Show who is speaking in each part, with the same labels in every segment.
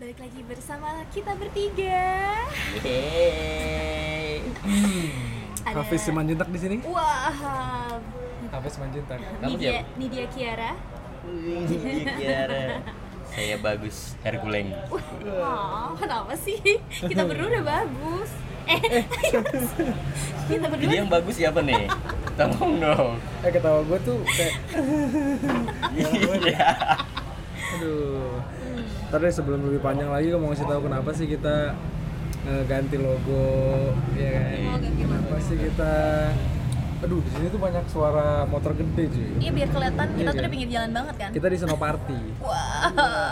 Speaker 1: balik lagi bersama kita bertiga.
Speaker 2: Yeay.
Speaker 1: Ada-
Speaker 3: Hafiz Simanjuntak di sini.
Speaker 1: Wah,
Speaker 3: Hafiz Simanjuntak.
Speaker 2: Kamu
Speaker 1: ini dia, ini dia Kiara.
Speaker 2: Wih, Kiara. Saya bagus Herkuleng.
Speaker 3: Iya.
Speaker 1: Wah, oh, kenapa sih? Kita berdua udah bagus. Eh, kita
Speaker 2: Jadi yang
Speaker 1: berdua.
Speaker 2: bagus siapa nih? Tolong dong.
Speaker 3: Eh ketawa gue tuh kayak
Speaker 2: Iya.
Speaker 3: aduh. Ntar deh sebelum lebih panjang lagi gue mau ngasih tahu kenapa sih kita eh, ganti logo ya
Speaker 1: Iya,
Speaker 3: kan. Kenapa sih kita Aduh, di sini tuh banyak suara motor gede cuy.
Speaker 1: Iya biar kelihatan kita
Speaker 3: Iya
Speaker 1: tuh
Speaker 3: kan?
Speaker 1: udah pinggir jalan banget kan.
Speaker 3: Kita di Senoparty.
Speaker 1: Wah,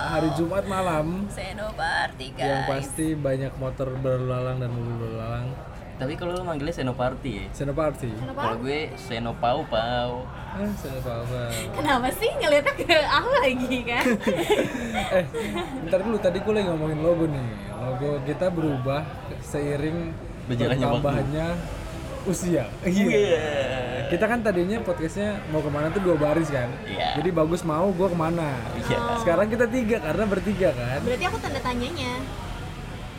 Speaker 3: Hari Jumat malam
Speaker 1: Senoparty Oh. guys.
Speaker 3: yang pasti banyak motor berlalang dan mobil berlalang.
Speaker 2: Tapi kalau lo manggilnya Senoparty ya.
Speaker 3: Senoparty.
Speaker 2: Kalau
Speaker 1: Kenapa?
Speaker 2: gue Senopau Pau.
Speaker 3: Eh, Senoparty.
Speaker 1: Kenapa sih ngeliatnya ke aku lagi kan?
Speaker 3: eh ntar dulu tadi gue lagi ngomongin logo nih logo kita berubah seiring
Speaker 2: Berjalannya waktu.
Speaker 3: pertambahannya usia iya
Speaker 2: Iya.
Speaker 3: kita kan tadinya podcastnya mau kemana tuh dua baris kan
Speaker 2: Iya.
Speaker 3: jadi bagus mau gue kemana
Speaker 2: Iya.
Speaker 3: sekarang kita tiga karena bertiga kan
Speaker 1: Berarti aku tanda tanyanya.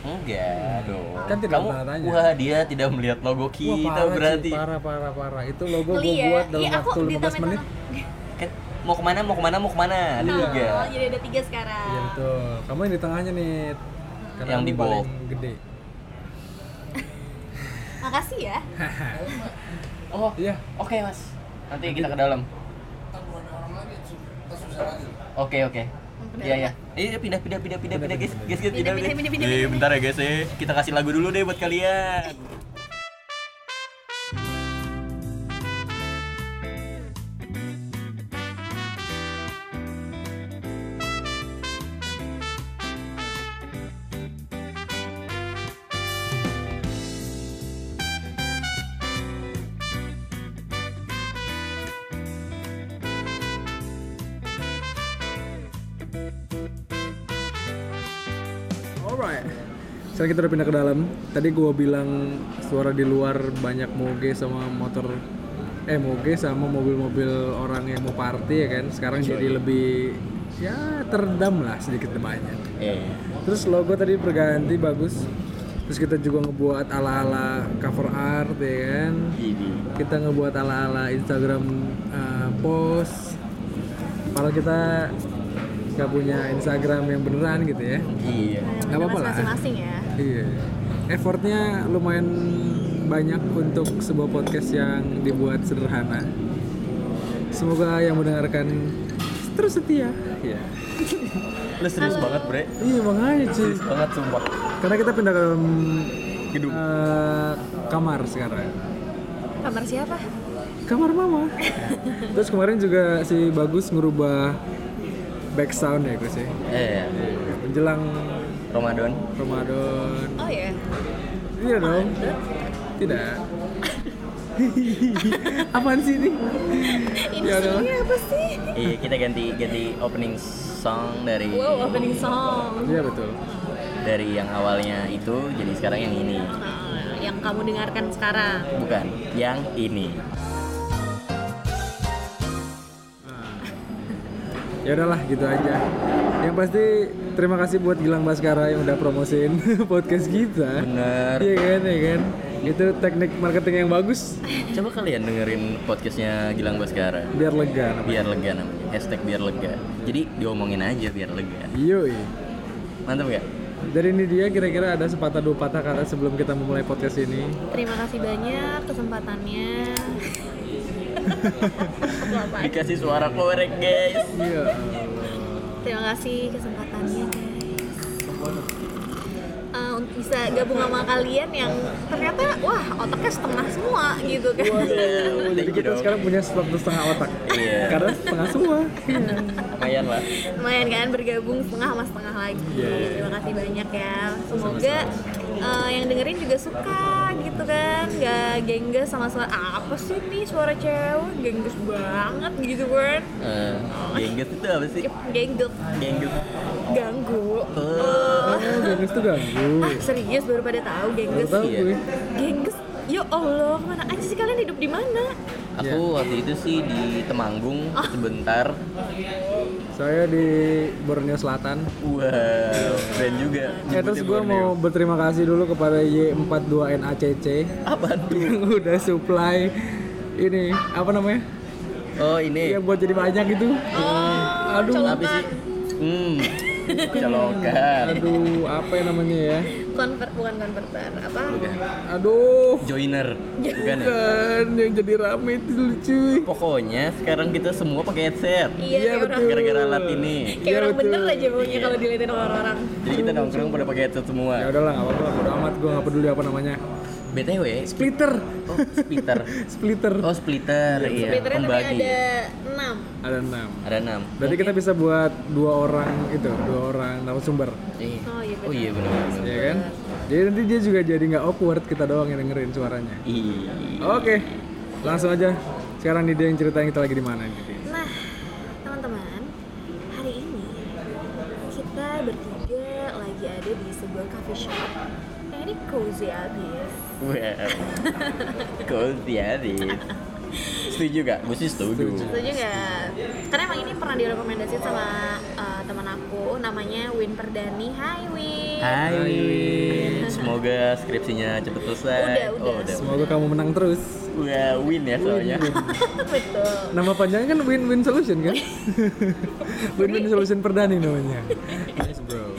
Speaker 2: Enggak dong.
Speaker 3: Kan tidak
Speaker 2: Kamu
Speaker 3: pernah nanya.
Speaker 2: wah dia tidak melihat logo
Speaker 3: Wah,
Speaker 2: kita
Speaker 3: parah,
Speaker 2: berarti.
Speaker 3: Ci, parah parah parah itu logo gue
Speaker 1: Ngeli ya?
Speaker 3: buat dalam
Speaker 1: Iya, aku
Speaker 3: waktu
Speaker 1: di
Speaker 3: 15 menit
Speaker 1: tanda-tanda.
Speaker 2: Kan mau kemana mau kemana mau kemana ada tiga.
Speaker 1: Oh, jadi ada tiga sekarang.
Speaker 3: iya betul kamu yang di tengahnya nih karena
Speaker 2: Yang di
Speaker 3: kamu
Speaker 2: bold.
Speaker 3: paling gede
Speaker 1: Makasih ya.
Speaker 2: Oh
Speaker 3: iya
Speaker 2: Oke mas, nanti kita ke dalam. Oke oke. Iya ya. Iya pindah pindah pindah pindah pindah guys guys guys
Speaker 1: Pindah,
Speaker 2: pindah
Speaker 1: pindah, pindah, pindah,
Speaker 2: Eh,
Speaker 1: pindah.
Speaker 2: bentar ya guys eh. Kita kasih lagu dulu deh buat kalian.
Speaker 3: Alright. Sekarang kita udah pindah ke dalam. Tadi gua bilang suara di luar banyak moge sama motor eh moge sama mobil-mobil orang yang mau party ya kan. Sekarang jadi lebih ya terdam lah sedikit banyak.
Speaker 2: Eh.
Speaker 3: Terus logo tadi berganti bagus. Terus kita juga ngebuat ala-ala cover art ya kan.
Speaker 2: Ini.
Speaker 3: Kita ngebuat ala-ala Instagram eh, post. Padahal kita nggak punya Instagram yang beneran gitu ya.
Speaker 2: Iya.
Speaker 3: Nggak apa-apa lah.
Speaker 1: Hmm, Masing-masing ya.
Speaker 3: Iya. Effortnya lumayan banyak untuk sebuah podcast yang dibuat sederhana. Semoga yang mendengarkan terus setia. Iya.
Speaker 2: Lu serius banget bre.
Speaker 3: Iya makanya cuy.
Speaker 2: Serius banget sumpah.
Speaker 3: Karena kita pindah ke dalam
Speaker 2: Gedung.
Speaker 3: eh, kamar sekarang.
Speaker 1: Kamar siapa?
Speaker 3: Kamar mama. terus kemarin juga si bagus ngerubah back sound ya Gus ya.
Speaker 2: Eh.
Speaker 3: Menjelang
Speaker 2: Ramadan.
Speaker 3: Ramadan.
Speaker 1: Oh ya.
Speaker 3: Iya dong. Tidak. Apaan sih ini?
Speaker 1: Ini
Speaker 3: Ya udah.
Speaker 1: sebenarnya apa sih?
Speaker 2: Iya kita ganti ganti opening song dari
Speaker 1: Wow, opening song.
Speaker 3: Iya betul.
Speaker 2: dari yang awalnya itu jadi sekarang yang ini.
Speaker 1: Nah, yang kamu dengarkan sekarang.
Speaker 2: Bukan, yang ini.
Speaker 3: Ya udahlah gitu aja. Yang pasti terima kasih buat Gilang Baskara yang udah promosiin podcast kita.
Speaker 2: Bener.
Speaker 3: Iya kan, iya kan. Itu teknik marketing yang bagus
Speaker 2: Coba kalian dengerin podcastnya Gilang Baskara
Speaker 3: biar lega. namanya.
Speaker 2: Biar lega namanya, hashtag biar lega Jadi diomongin aja biar lega
Speaker 3: Yoi.
Speaker 2: Mantap gak?
Speaker 3: Dari ini dia kira-kira ada sepatah dua patah kata sebelum kita memulai podcast ini.
Speaker 1: Terima kasih banyak kesempatannya. Apa-apaan.
Speaker 2: Dikasih suara korek guys
Speaker 3: Iya.
Speaker 1: Terima kasih kesempatannya guys. Eh, untuk bisa gabung sama kalian yang ternyata wah otaknya setengah semua gitu kan.
Speaker 2: Wow,
Speaker 3: Oh, Jadi
Speaker 2: thank you
Speaker 3: kita
Speaker 2: dong.
Speaker 3: sekarang punya waktu setengah otak.
Speaker 2: Iya.
Speaker 3: Karena setengah semua. Iya.
Speaker 2: Lumayan lah
Speaker 1: lumayan kan bergabung setengah sama setengah lagi
Speaker 3: Iya,
Speaker 1: terima kasih banyak ya semoga eh, yang dengerin juga suka gitu kan nggak gengges sama suara apa sih nih suara cewek gengges banget gitu kan
Speaker 2: Eh, Gengget itu apa sih?
Speaker 1: Yep, gengges
Speaker 2: Gengget
Speaker 1: ganggu Eh,
Speaker 2: Oh,
Speaker 3: Oh, gengges tuh ganggu.
Speaker 1: ah serius baru pada tahu
Speaker 3: Baru
Speaker 1: gengges
Speaker 3: tahu
Speaker 2: Iya.
Speaker 3: gue.
Speaker 1: gengges ya allah mana aja sih kalian hidup di mana
Speaker 3: Iya. Ah.
Speaker 2: Aku waktu itu sih di Temanggung sebentar
Speaker 3: Saya di Borneo Selatan.
Speaker 2: Wow, keren juga.
Speaker 3: Ya terus gue mau berterima kasih dulu kepada Y42NACC
Speaker 2: apa tuh?
Speaker 3: yang udah supply ini apa namanya?
Speaker 2: Oh ini.
Speaker 3: Yang buat jadi banyak itu.
Speaker 1: Oh,
Speaker 3: aduh,
Speaker 2: Apa sih? Hmm. Colokan.
Speaker 3: aduh apa yang namanya ya?
Speaker 1: Convert bukan konverter apa?
Speaker 3: Aduh,
Speaker 2: Joiner, bukan ya?
Speaker 3: kan yang jadi rame itu lucu.
Speaker 2: Pokoknya sekarang kita semua pakai headset.
Speaker 1: Iya, kayak
Speaker 3: Iya,
Speaker 1: orang
Speaker 3: betul.
Speaker 2: Gara-gara alat ini.
Speaker 1: kayak
Speaker 3: Iya,
Speaker 1: orang bener
Speaker 3: betul.
Speaker 1: aja maunya kalau diliatin sama orang-orang.
Speaker 2: Jadi kita nongkrong pada pakai headset
Speaker 3: Ya
Speaker 2: semua.
Speaker 3: udahlah, nggak apa-apa, bodo amat gue nggak peduli apa namanya.
Speaker 2: BTW,
Speaker 3: Splitter,
Speaker 2: oh splitter.
Speaker 3: splitter.
Speaker 2: Oh splitter, iya.
Speaker 1: Twitternya tapi
Speaker 2: Pembagi.
Speaker 1: ada enam.
Speaker 3: Ada enam.
Speaker 2: Ada enam.
Speaker 3: Berarti kita bisa buat dua orang itu, dua orang narasumber,
Speaker 2: Iya.
Speaker 1: Oh, iya,
Speaker 2: Oh iya benar.
Speaker 3: ya kan? Jadi nanti dia juga jadi nggak awkward kita doang yang dengerin suaranya.
Speaker 2: Iya.
Speaker 3: Oke, langsung aja. Sekarang nih dia yang ceritain kita lagi di mana nih.
Speaker 1: Nah, teman-teman, hari ini kita bertiga lagi ada di sebuah coffee shop. Nah, ini cozy abis.
Speaker 2: Well, cozy habis. Setuju gak? Gue sih setuju.
Speaker 1: Setuju nggak? Karena emang ini pernah direkomendasiin sama eh, teman aku, namanya Win Perdani. Hai Win.
Speaker 2: Hai, Win. Semoga skripsinya cepet selesai.
Speaker 1: Udah, udah.
Speaker 2: Oh, udah.
Speaker 3: Semoga kamu menang terus.
Speaker 2: Wah, win ya soalnya.
Speaker 1: Betul.
Speaker 3: Nama panjangnya kan Win-Win Solution kan? Win-Win Solution Perdani namanya. Nice bro.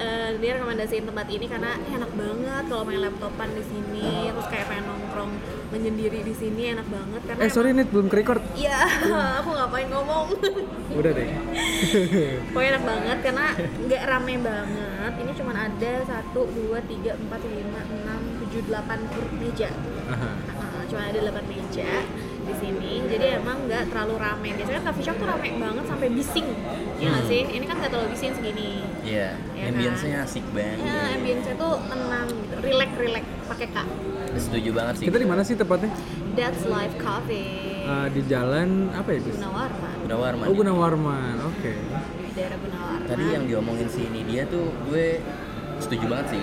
Speaker 1: Eh, dia rekomendasiin tempat ini karena "Eh, enak banget kalau main laptopan di sini terus kayak pengen nongkrong menyendiri di sini enak banget karena
Speaker 3: Eh sorry nih belum record.
Speaker 1: Iya, aku ngapain ngomong.
Speaker 3: Udah deh.
Speaker 1: Pokoknya enak banget karena nggak rame banget. Ini cuman ada 1, 2, 3, 4, 5, 6, 7, 8 kur- meja.
Speaker 3: Aha.
Speaker 1: Heeh, cuma ada 8 meja di sini. Jadi emang nggak terlalu rame. Biasanya kan coffee shop tuh rame banget sampai bising. Iya nggak sih?
Speaker 2: Hmm.
Speaker 1: Ini kan nggak terlalu bising segini.
Speaker 2: Iya.
Speaker 1: Iya kan?
Speaker 2: Ambience-nya asik banget.
Speaker 1: Ya, ambience tuh tenang gitu. Relax, relax pakai Kak.
Speaker 2: Setuju banget sih.
Speaker 3: Kita di mana sih tepatnya?
Speaker 1: That's Life Coffee.
Speaker 2: Ah.
Speaker 3: Eh, di jalan apa ya, Gus?
Speaker 1: Gunawarman.
Speaker 2: Udah warman.
Speaker 3: Oh, Gunawarman. Oke.
Speaker 1: Daerah Gunawarman.
Speaker 2: Tadi yang diomongin sini dia tuh gue setuju banget sih.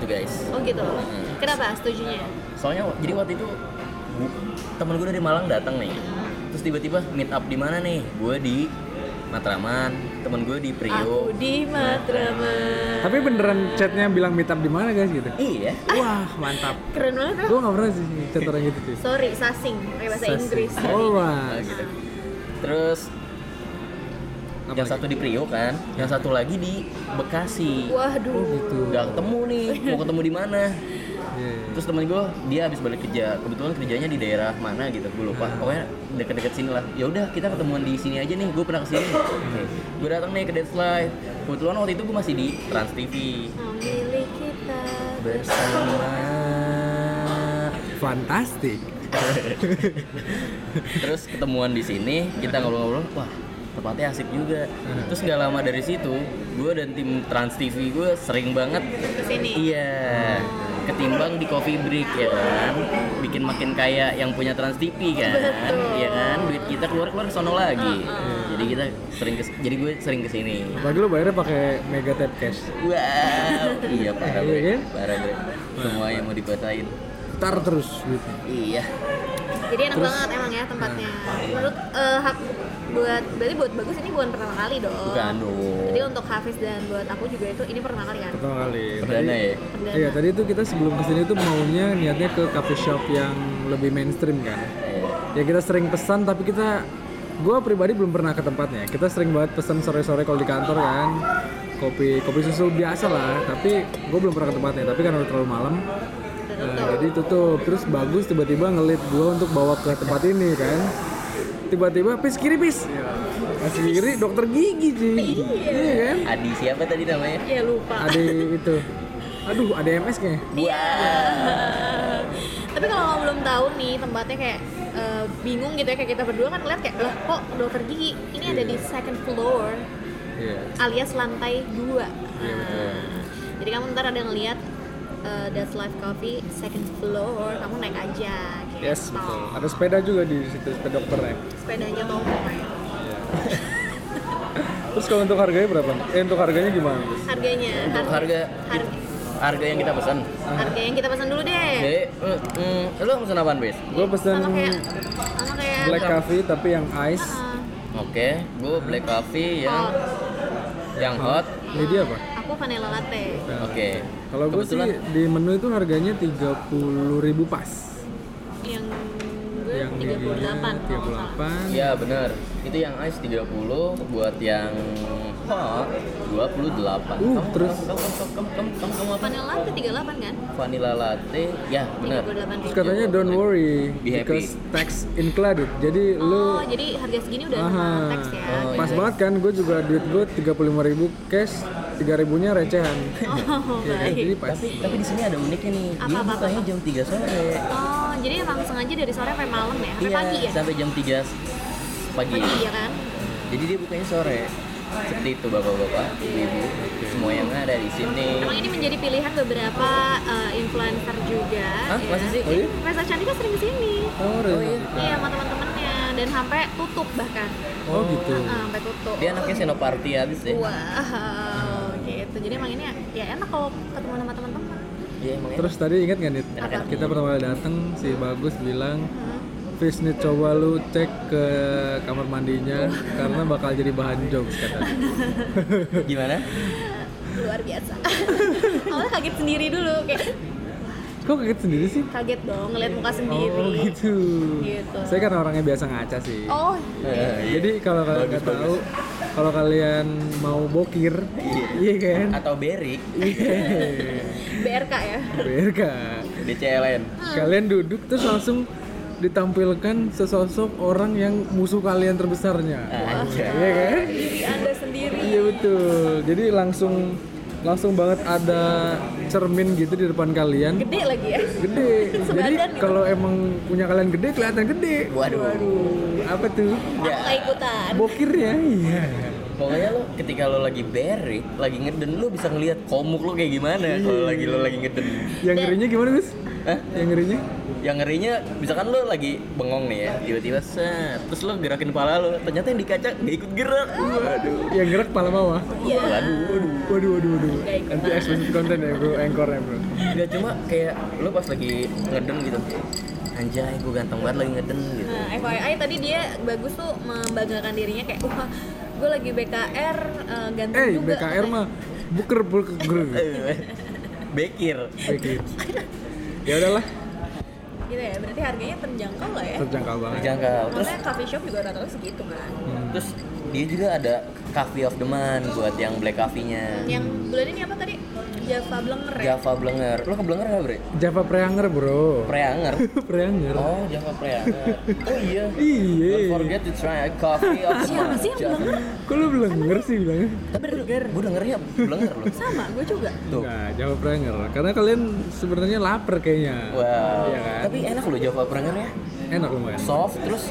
Speaker 2: Gitu guys.
Speaker 1: Oh gitu.
Speaker 2: Hmm.
Speaker 1: Kenapa setujunya?
Speaker 2: Soalnya wa- jadi waktu itu gu- temen gue dari Malang datang nih.
Speaker 1: ya?
Speaker 2: Terus tiba-tiba meet up di mana nih? Gue di Matraman, temen gue di Priok.
Speaker 1: Aku di Matraman.
Speaker 3: Tapi beneran chatnya bilang meet up di mana guys gitu.
Speaker 2: Iya.
Speaker 3: Wah, mantap.
Speaker 1: Keren banget loh.
Speaker 3: Gua nggak pernah sih chat orang gitu, cuy.
Speaker 1: Sorry, sasing pakai bahasa
Speaker 3: Sasing. Oh,
Speaker 1: Inggris.
Speaker 2: Nah,
Speaker 3: Alright.
Speaker 2: gitu. Terus
Speaker 3: Apa
Speaker 2: yang
Speaker 3: lagi?
Speaker 2: satu di Priok kan, yang satu lagi di Bekasi.
Speaker 1: Waduh.
Speaker 3: Oh, gitu.
Speaker 2: Gak ketemu nih, mau ketemu di mana?
Speaker 3: Iya, iya.
Speaker 2: Terus temen gue, dia habis balik kerja. Kebetulan kerjanya di daerah mana gitu, gue lupa. Pokoknya deket-deket sini lah. Ya udah, kita ketemuan di sini aja nih. Gue pernah kesini. gue datang nih ke Dead's Live. Kebetulan waktu itu gue masih di Trans TV.
Speaker 1: Memilih kita.
Speaker 2: Bersama.
Speaker 3: Fantastic.
Speaker 2: Terus ketemuan di sini, kita ngobrol-ngobrol. Wah, tempatnya asik juga. Terus nggak lama dari situ, gue dan tim Trans TV gue sering banget
Speaker 1: Kesini.
Speaker 2: Iya, ketimbang di coffee break ya kan, bikin makin kaya yang punya Trans TV kan,
Speaker 1: Betul. Hmm,
Speaker 2: iya kan, duit kita keluar keluar sono lagi, jadi kita sering kes, jadi gue sering kesini.
Speaker 3: Lagi lu bayarnya pakai Mega Tap Cash.
Speaker 2: Wow, iya parah
Speaker 3: Iya
Speaker 2: bre,
Speaker 3: kan?
Speaker 2: parah bre, semua yang mau dikuasain.
Speaker 3: Tar terus gitu. duitnya.
Speaker 2: Iya,
Speaker 1: Jadi enak banget emang ya tempatnya.
Speaker 3: Nah.
Speaker 1: Menurut eh, hak buat berarti buat bagus ini bukan pertama kali dong.
Speaker 2: bukan
Speaker 1: Jadi
Speaker 2: dong,
Speaker 1: untuk Hafiz dan buat aku juga itu ini pertama kali kan.
Speaker 3: Pertama kali.
Speaker 2: perdana ya.
Speaker 1: Perdana.
Speaker 3: Iya, tadi itu kita sebelum kesini tuh maunya niatnya ke coffee shop yang lebih mainstream kan.
Speaker 2: Eh,
Speaker 3: Ya kita sering pesan tapi kita gua pribadi belum pernah ke tempatnya. Kita sering banget pesan sore-sore kalau di kantor kan kopi kopi susu biasa lah, tapi gue belum pernah ke tempatnya. Tapi karena udah terlalu malam, eh, jadi tutup. Terus bagus tiba-tiba ngelit gue untuk bawa ke tempat ini kan. Tiba-tiba pis kiri pis, pas kiri dokter gigi sih, iya kan?
Speaker 2: Adi siapa tadi namanya?
Speaker 1: Ya lupa.
Speaker 3: Ada itu, aduh ada MS kayaknya.
Speaker 1: Iya.
Speaker 2: Wow,
Speaker 1: Tapi kalau kamu belum tahu nih tempatnya kayak eh, bingung gitu ya kayak kita berdua kan ngeliat kayak lah kok dokter gigi ini ada di second floor
Speaker 3: Iya.
Speaker 1: alias lantai dua. Nah, jadi kamu ntar ada ngeliat eh, That's Life Coffee second floor kamu naik aja. Gitu.
Speaker 3: Yes betul. Ada sepeda juga di situ sepeda dokternya.
Speaker 1: Sepedanya mau ya? main.
Speaker 3: Iya. Terus kalau untuk harganya berapa? Eh untuk harganya gimana? Gus?
Speaker 1: Harganya.
Speaker 2: untuk harga
Speaker 1: harga,
Speaker 2: harga yang kita pesan.
Speaker 1: harga yang kita pesan dulu deh.
Speaker 2: Jadi, mm, mm, lo pesan apaan, Bes?
Speaker 3: Gue pesen
Speaker 1: Sama kayak sama kayak
Speaker 3: black coffee tapi yang ice
Speaker 1: Ah,
Speaker 2: Oke, gue black coffee yang
Speaker 1: Hot.
Speaker 2: yang hot.
Speaker 3: Iya. Ini dia apa?
Speaker 1: Aku vanilla latte.
Speaker 2: Oke.
Speaker 3: Kalau gue sih
Speaker 2: Kebetulan
Speaker 3: di menu itu harganya 30.000 pas.
Speaker 1: Yang gue
Speaker 3: Yang
Speaker 1: 38. kalau nggak salah.
Speaker 3: 38.
Speaker 2: Iya benar. Itu yang ice 30 buat yang hot 28.
Speaker 3: Uh,
Speaker 2: Kamu-
Speaker 3: terus-
Speaker 2: kamu kamu kamu kamu kamu, kamu apa?
Speaker 1: Vanilla latte 38 kan?
Speaker 2: Vanilla latte. Ya, benar.
Speaker 1: 38
Speaker 3: Terus katanya don't worry
Speaker 2: Iya. Be happy.
Speaker 3: because tax included. Jadi lu
Speaker 1: Oh, jadi harga segini udah
Speaker 3: Aha.
Speaker 1: sama teks ya.
Speaker 2: Oh,
Speaker 3: pas
Speaker 2: iya.
Speaker 3: banget kan gue juga duit gue 35.000 cash 3.000 nya recehan
Speaker 1: Oh,
Speaker 3: ya kan?
Speaker 1: baik.
Speaker 3: jadi pas
Speaker 2: Tapi tapi di sini ada uniknya nih.
Speaker 1: Apa,
Speaker 2: Dia
Speaker 1: apa, apa,
Speaker 2: bukanya
Speaker 1: apa?
Speaker 2: jam 3 sore.
Speaker 1: Oh, jadi emang sengaja dari sore sampai malam ya? Sampai
Speaker 2: Iya,
Speaker 1: pagi ya?
Speaker 2: sampai jam 3 pagi.
Speaker 1: Pagi ya kan?
Speaker 2: Jadi dia bukanya sore. Seperti itu bapak-bapak, ibu-ibu, semua yang ada di sini.
Speaker 1: Emang ini menjadi pilihan beberapa eh, influencer juga.
Speaker 2: Hah?
Speaker 1: ya.
Speaker 2: Masa sih?
Speaker 3: Oh iya?
Speaker 1: Reza Chandika sering kesini.
Speaker 3: oh, Reza.
Speaker 1: Iya, sama teman-temannya dan sampai tutup bahkan.
Speaker 3: oh gitu
Speaker 1: Ah, sampai tutup.
Speaker 2: Dia anaknya senoparti habis ya.
Speaker 1: Wow, gitu. Jadi emang ini ya enak kalau ketemu sama teman-teman.
Speaker 2: Iya, emang
Speaker 3: terus tadi ingat nggak nih
Speaker 2: Apa?
Speaker 3: kita pertama kali datang si bagus bilang Fish nih coba lu cek ke kamar mandinya
Speaker 1: Oh."
Speaker 3: karena bakal jadi bahan jokes katanya.
Speaker 2: enak. gimana?
Speaker 1: Luar biasa. Awalnya kaget sendiri dulu, kayak
Speaker 3: Kok kaget sendiri sih?
Speaker 1: kaget dong ngeliat muka
Speaker 3: Oh
Speaker 1: sendiri.
Speaker 3: gitu.
Speaker 1: Iya, Gitu.
Speaker 3: Saya kan orangnya biasa ngaca sih.
Speaker 1: Oh,
Speaker 2: Eh,
Speaker 3: Jadi kalau kalian nggak tahu, kalau kalian mau bokir, iya kan?
Speaker 2: atau berik,
Speaker 1: BRK ya.
Speaker 3: BRK.
Speaker 2: DCLN.
Speaker 3: Kalian duduk terus langsung ditampilkan sesosok orang yang musuh kalian terbesarnya.
Speaker 2: Anjay.
Speaker 3: Iya kan?
Speaker 1: Diri Anda sendiri.
Speaker 3: Iya betul. Jadi langsung langsung banget ada cermin gitu di depan kalian.
Speaker 1: Gede lagi ya.
Speaker 3: Gede. Jadi
Speaker 1: Sebadan gitu.
Speaker 3: kalau emang punya kalian gede kelihatan gede.
Speaker 2: Waduh.
Speaker 3: Apa tuh?
Speaker 1: Aku nggak ikutan.
Speaker 3: Bokirnya iya.
Speaker 2: Ya, Pokoknya lo ketika lo lagi berik, lagi ngeden lo bisa ngelihat komuk lo kayak
Speaker 3: Iya.
Speaker 2: gimana kalau lagi lo lagi ngeden.
Speaker 3: Yang ngerinya gimana, Gus?
Speaker 2: Hah?
Speaker 3: Yang ngerinya?
Speaker 2: Yang ngerinya misalkan lo lagi bengong nih ya, tiba-tiba set, terus lo gerakin kepala lo, ternyata yang di kaca nggak ikut gerak. Waduh.
Speaker 3: Yang gerak kepala bawah.
Speaker 1: Iya.
Speaker 2: Waduh.
Speaker 3: Waduh, waduh, waduh. Nanti explicit konten ya, bro. Anchornya, bro.
Speaker 2: Gak cuma kayak lo pas lagi ngeden gitu. Anjay, gue ganteng banget lagi ngeden gitu.
Speaker 1: Nah, FYI tadi dia bagus tuh membanggakan dirinya kayak wah gue lagi BKR eh, ganteng
Speaker 3: Eh,
Speaker 1: juga.
Speaker 3: BKR mah buker buker.
Speaker 2: Eh, Bekir.
Speaker 3: Bekir. Ya udahlah,
Speaker 1: Gitu ya. Berarti harganya terjangkau lah ya.
Speaker 3: terjangkau banget.
Speaker 2: Terjangkau. Terus
Speaker 1: Karena coffee shop juga rata-rata segitu kan.
Speaker 2: Terus dia juga ada Coffee of the Month buat yang black coffee-nya.
Speaker 1: Yang bulan ini apa tadi? Java Blenger ya?
Speaker 2: Java Blenger. Lo ke Blenger nggak, Bre?
Speaker 3: Java Preanger, bro.
Speaker 2: Preanger.
Speaker 3: Preanger.
Speaker 2: Oh, Java Preanger. Oh iya. Don't
Speaker 3: Iya.
Speaker 2: forget to try a coffee of the
Speaker 1: Siapa
Speaker 2: month.
Speaker 1: sih yang Blenger?
Speaker 3: Kok lu belum denger sih bilangnya?
Speaker 2: Tapi gue dengernya Blenger loh.
Speaker 1: Sama, gue juga.
Speaker 2: Tuh.
Speaker 3: Nah, Java Preanger. Karena kalian sebenarnya lapar kayaknya.
Speaker 2: Wow.
Speaker 3: Iya kan?
Speaker 2: Tapi enak loh Java Preangernya.
Speaker 3: Enak lumayan.
Speaker 2: Soft terus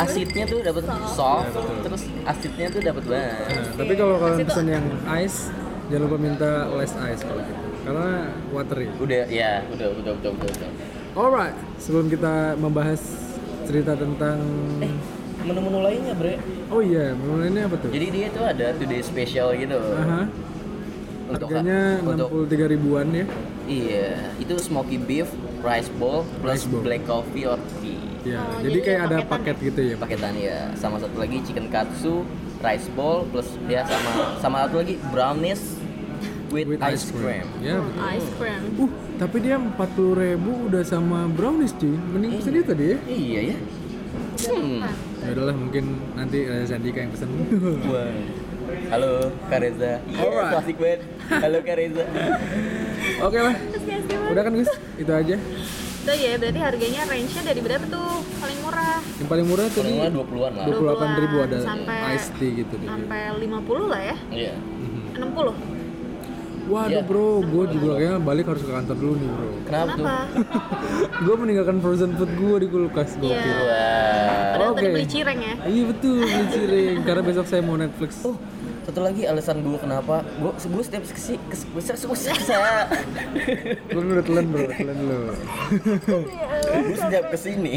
Speaker 2: asidnya tuh dapat soft terus asidnya tuh dapat banget.
Speaker 3: Nah, tapi kalau kalian pesan yang ice, jangan lupa minta less ice kalau gitu. Karena watery.
Speaker 2: Udah ya, udah udah udah udah. udah.
Speaker 3: Alright, sebelum kita membahas cerita tentang
Speaker 2: Menu-menu lainnya, Bre.
Speaker 3: Oh iya, menu ini apa tuh?
Speaker 2: Jadi dia tuh ada today special gitu.
Speaker 3: Aha.
Speaker 2: Untuk
Speaker 3: Harganya
Speaker 2: untuk
Speaker 3: 63 ribuan ya.
Speaker 2: Iya, itu smoky beef, rice bowl, plus
Speaker 3: Rice bowl.
Speaker 2: black coffee or tea.
Speaker 3: Ya,
Speaker 1: Oh,
Speaker 3: jadi
Speaker 1: jadi
Speaker 3: kayak
Speaker 1: ada
Speaker 3: ada
Speaker 1: paketan
Speaker 3: paket gitu ya.
Speaker 2: Paketan ya, sama satu lagi chicken katsu, rice bowl, plus dia sama sama satu lagi brownies with, ice cream.
Speaker 3: Ya. betul.
Speaker 1: Oh, Ice cream.
Speaker 3: Uh, tapi dia 40 ribu udah sama brownies cuy. Mending pesen itu tadi ya.
Speaker 2: Iya ya. Hmm.
Speaker 3: Ya udahlah mungkin nanti ada Sandika yang pesen.
Speaker 2: Wah. Halo, Kareza.
Speaker 3: Alright.
Speaker 2: Klasik banget. Halo, Kareza.
Speaker 3: Oke lah.
Speaker 1: Terus ya, Steven.
Speaker 3: Udah kan guys, itu aja.
Speaker 1: Itu ya, berarti harganya range-nya dari berapa tuh? Paling murah
Speaker 3: Yang paling murah tadi
Speaker 2: Kurang dua puluhan lah.
Speaker 3: 28 ribu ada
Speaker 1: 20-an sampai-
Speaker 3: iced tea gitu deh.
Speaker 1: sampai 50 lah ya.
Speaker 2: Iya.
Speaker 3: Hmm.
Speaker 1: 60.
Speaker 3: Waduh
Speaker 2: Iya.
Speaker 3: bro, gue juga kayaknya balik harus ke kantor dulu nih bro.
Speaker 2: Kenapa tuh?
Speaker 1: Kenapa?
Speaker 3: gue meninggalkan frozen food gue di kulkas gue.
Speaker 1: Iya.
Speaker 2: Wah.
Speaker 1: Padahal tadi
Speaker 3: Oke.
Speaker 1: beli cireng ya.
Speaker 3: Iya betul, beli cireng. Karena besok saya mau Netflix.
Speaker 2: Oh, satu lagi alasan gue kenapa gue gue setiap kesi kes, kes, kes, kes,
Speaker 3: Lu udah telan bro, telan lu.
Speaker 1: Eh,
Speaker 2: Gue setiap kesini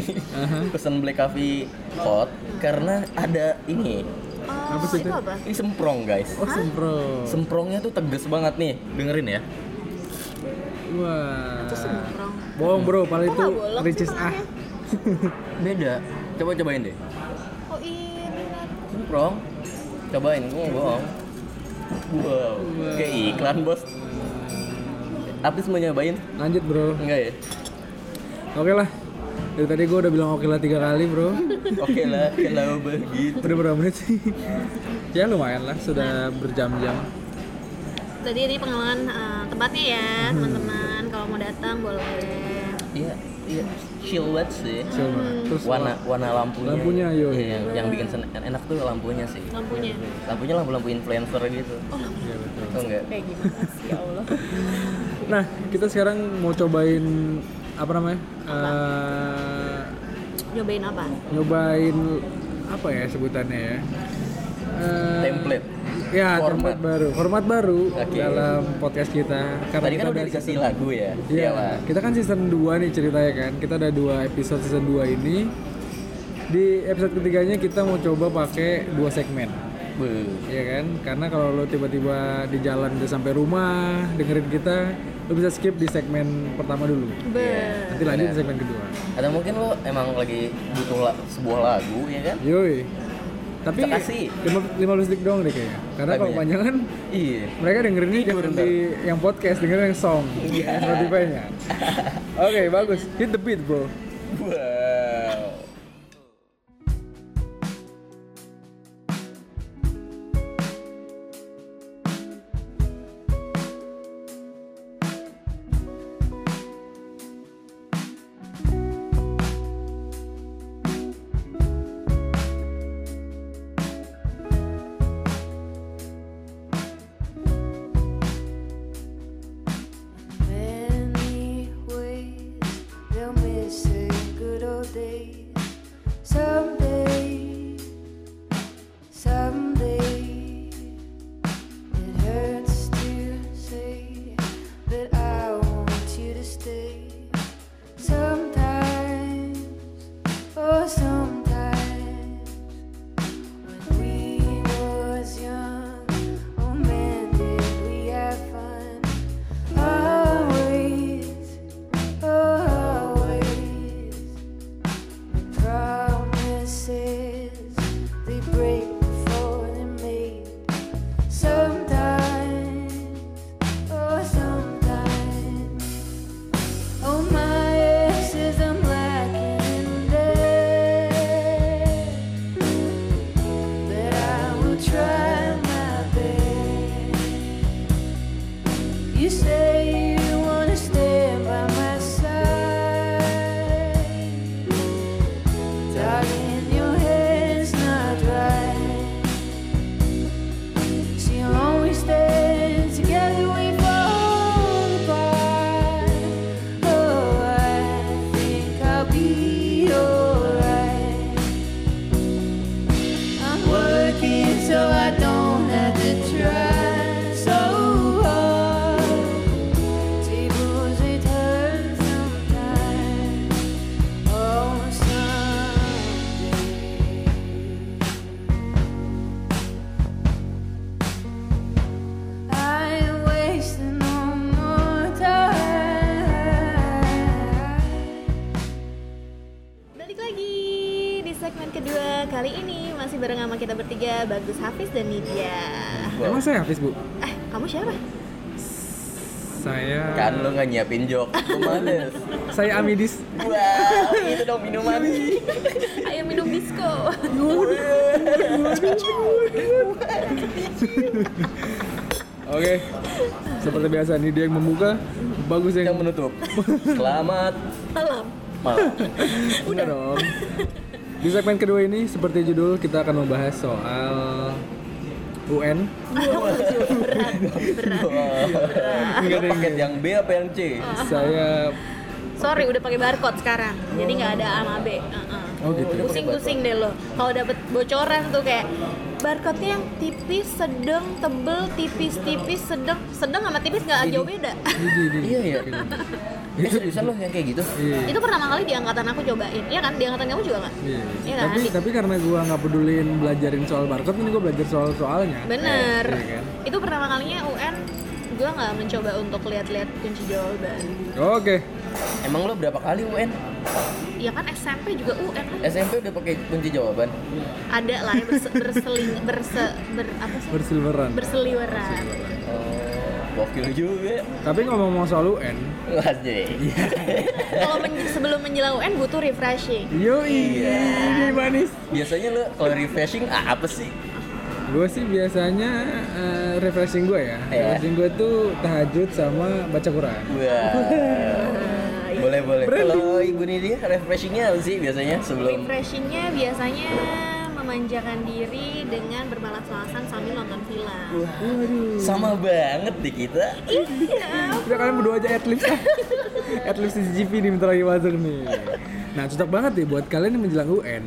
Speaker 2: pesen black coffee hot karena ada ini
Speaker 1: Oh,
Speaker 3: Apa sih
Speaker 1: itu
Speaker 3: itu?
Speaker 1: apa?
Speaker 2: ini semprong guys.
Speaker 3: Oh sempro.
Speaker 2: Semprongnya tuh tegas banget nih. Dengerin ya.
Speaker 3: Wah.
Speaker 1: Itu semprong.
Speaker 3: Bohong bro, paling
Speaker 1: Kok
Speaker 3: itu
Speaker 1: nggak bolong sih
Speaker 3: ricis ah.
Speaker 1: tangannya?
Speaker 2: Beda. Coba cobain deh.
Speaker 1: Oh iya, benar.
Speaker 2: nongkrong cobain gue mau bohong wow kayak iklan bos Apis mau nyobain
Speaker 3: Lanjut bro.
Speaker 2: enggak ya
Speaker 3: Oke lah. Dari tadi gue udah bilang oke lah tiga kali bro.
Speaker 2: oke lah kalau begitu
Speaker 3: Udah berapa menit sih? ya lumayan lah, sudah berjam-jam.
Speaker 1: Jadi ini pengalaman eh, tempatnya ya
Speaker 3: Hmm.
Speaker 1: teman-teman. Kalau mau datang boleh.
Speaker 2: iya iya chill banget sih
Speaker 3: Coba.
Speaker 1: Hmm.
Speaker 3: Terus
Speaker 2: warna warna lampunya
Speaker 3: Lampunya, yo.
Speaker 2: Iya, yang, yang bikin sen- enak tuh lampunya sih
Speaker 1: Lampunya.
Speaker 2: lampunya lampu lampu influencer gitu
Speaker 3: Iya, betul.
Speaker 2: oh enggak
Speaker 1: Kayak gimana sih ya Allah.
Speaker 3: Nah, kita sekarang mau cobain apa namanya? Eh,
Speaker 1: Nyobain apa?
Speaker 3: Iya. nyobain apa ya sebutannya ya? Eh,
Speaker 2: template
Speaker 3: Ya,
Speaker 2: Format.
Speaker 3: tempat baru. Format baru
Speaker 2: Oke.
Speaker 3: dalam podcast kita. Karena
Speaker 2: tadi kan
Speaker 3: kita
Speaker 2: udah
Speaker 3: ada
Speaker 2: dikasih lagu ya
Speaker 3: Iya,
Speaker 2: lah
Speaker 3: kita kan season 2 nih ceritanya kan. Kita ada dua episode season 2 ini. Di episode ketiganya kita mau coba pakai dua segmen.
Speaker 2: Beuh.
Speaker 3: Iya kan? Karena kalau lo tiba-tiba di jalan udah sampai rumah dengerin kita, lo bisa skip di segmen pertama dulu.
Speaker 1: Ber.
Speaker 3: Nanti lanjut di
Speaker 2: Iya.
Speaker 3: segmen kedua.
Speaker 2: atau mungkin lo emang lagi butuh la- sebuah lagu ya kan
Speaker 3: Yoi. Tapi
Speaker 2: Kita kasih.
Speaker 3: lima- 15 detik doang deh kayaknya. Karena kalau
Speaker 2: Lagunya.
Speaker 3: panjang kan
Speaker 2: iya
Speaker 3: mereka dengerinnya
Speaker 2: Tidur
Speaker 3: jangan
Speaker 2: ntar.
Speaker 3: di yang podcast, dengerin yang song.
Speaker 2: Iya.
Speaker 3: Spotify-nya. Oke, bagus. Hit the beat, bro.
Speaker 2: wow
Speaker 4: Many ways they'll miss the good old days. Someday, someday, it hurts to say that I want you to stay. Sometimes, oh sometimes, when we was young, oh man did we have fun. Always, always, the promises they break before they're made. Sometimes, oh sometimes, oh my exes I'm lacking there, but I will try my best. You say you wanna stand by my side. Darling, your head's not right. So you'll always stand together, we fall apart. Oh, I think I'll be alright. I'm working so I don't have to try so hard. Tables they turn sometimes. Oh, someday. I ain't wasting no more time.
Speaker 1: Balik lagi di segmen kedua kali ini masih bareng sama kita bertiga Bagus Hafiz dan Nidia.
Speaker 2: Wow.
Speaker 3: Emang saya Hafiz, Bu?
Speaker 1: Eh, kamu siapa?
Speaker 3: Saya
Speaker 2: kan lo nggak nyiapin jok Lo males
Speaker 3: saya Amidis.
Speaker 2: wow itu dong minuman
Speaker 1: Ayo minum disco.
Speaker 3: Oke. Seperti biasa nih dia yang membuka, bagus yang,
Speaker 2: yang menutup selamat
Speaker 1: Malam.
Speaker 2: malam
Speaker 3: Enggak dong. Di segmen kedua ini seperti judul kita akan membahas soal UN.
Speaker 1: Iya,
Speaker 2: Wow. Lo paket yang B apa yang C
Speaker 3: Saya
Speaker 1: Sorry, udah pakai barcode sekarang. Jadi nggak ada A sama B. Uh-uh.
Speaker 2: Udah
Speaker 3: Oh, gitu.
Speaker 2: pakai
Speaker 1: Pusing-pusing deh lo. Kalau dapet bocoran tuh kayak barcode-nya yang tipis, sedang, tebel, tipis-tipis, sedang, sedang sama tipis nggak jauh beda.
Speaker 3: ini ini.
Speaker 2: iya ya eh, seriusan lo yang kayak gitu
Speaker 3: Iya.
Speaker 1: Itu pertama kali di angkatan aku cobain. Iya kan? Di angkatan kamu juga kan?
Speaker 3: Iya.
Speaker 1: Iya kan?
Speaker 3: Tapi
Speaker 1: Di-
Speaker 3: tapi karena gua nggak peduliin belajarin soal barcode, ini gua belajar soal soalnya.
Speaker 1: Bener.
Speaker 3: Iya kan?
Speaker 1: Itu pertama kalinya UN gue nggak mencoba untuk lihat-lihat kunci jawaban.
Speaker 3: Oke.
Speaker 2: Emang lo berapa kali UN?
Speaker 1: Ya kan SMP juga UN kan
Speaker 2: SMP udah pakai kunci jawaban.
Speaker 1: ada lah ya berse, berseling berse ber apa sih?
Speaker 3: Bersilveran.
Speaker 1: berseliweran.
Speaker 2: Oh, wakil juga.
Speaker 3: Tapi ngomong-ngomong soal UN,
Speaker 2: Mas deh.
Speaker 1: Kalau men- sebelum menjelang UN butuh refreshing.
Speaker 3: yo
Speaker 1: Iya.
Speaker 3: ini manis.
Speaker 2: Biasanya lo kalau refreshing ah, apa sih?
Speaker 3: Gue sih biasanya eh, refreshing gue ya.
Speaker 2: Iya.
Speaker 3: Refreshing gue tuh tahajud sama baca Quran.
Speaker 2: Wah.
Speaker 1: Eh,
Speaker 2: boleh boleh.
Speaker 3: Branding.
Speaker 2: Kalau ibu Nidi refreshingnya apa sih biasanya sebelum
Speaker 1: Refreshingnya biasanya memanjakan diri dengan bermalas-malasan sambil nonton film.
Speaker 2: sama banget di kita.
Speaker 3: Udah kalian berdua aja adlibs ah. Adlibs di CGV nih bentar lagi masuk nih Nah cocok banget nih buat kalian yang menjelang UN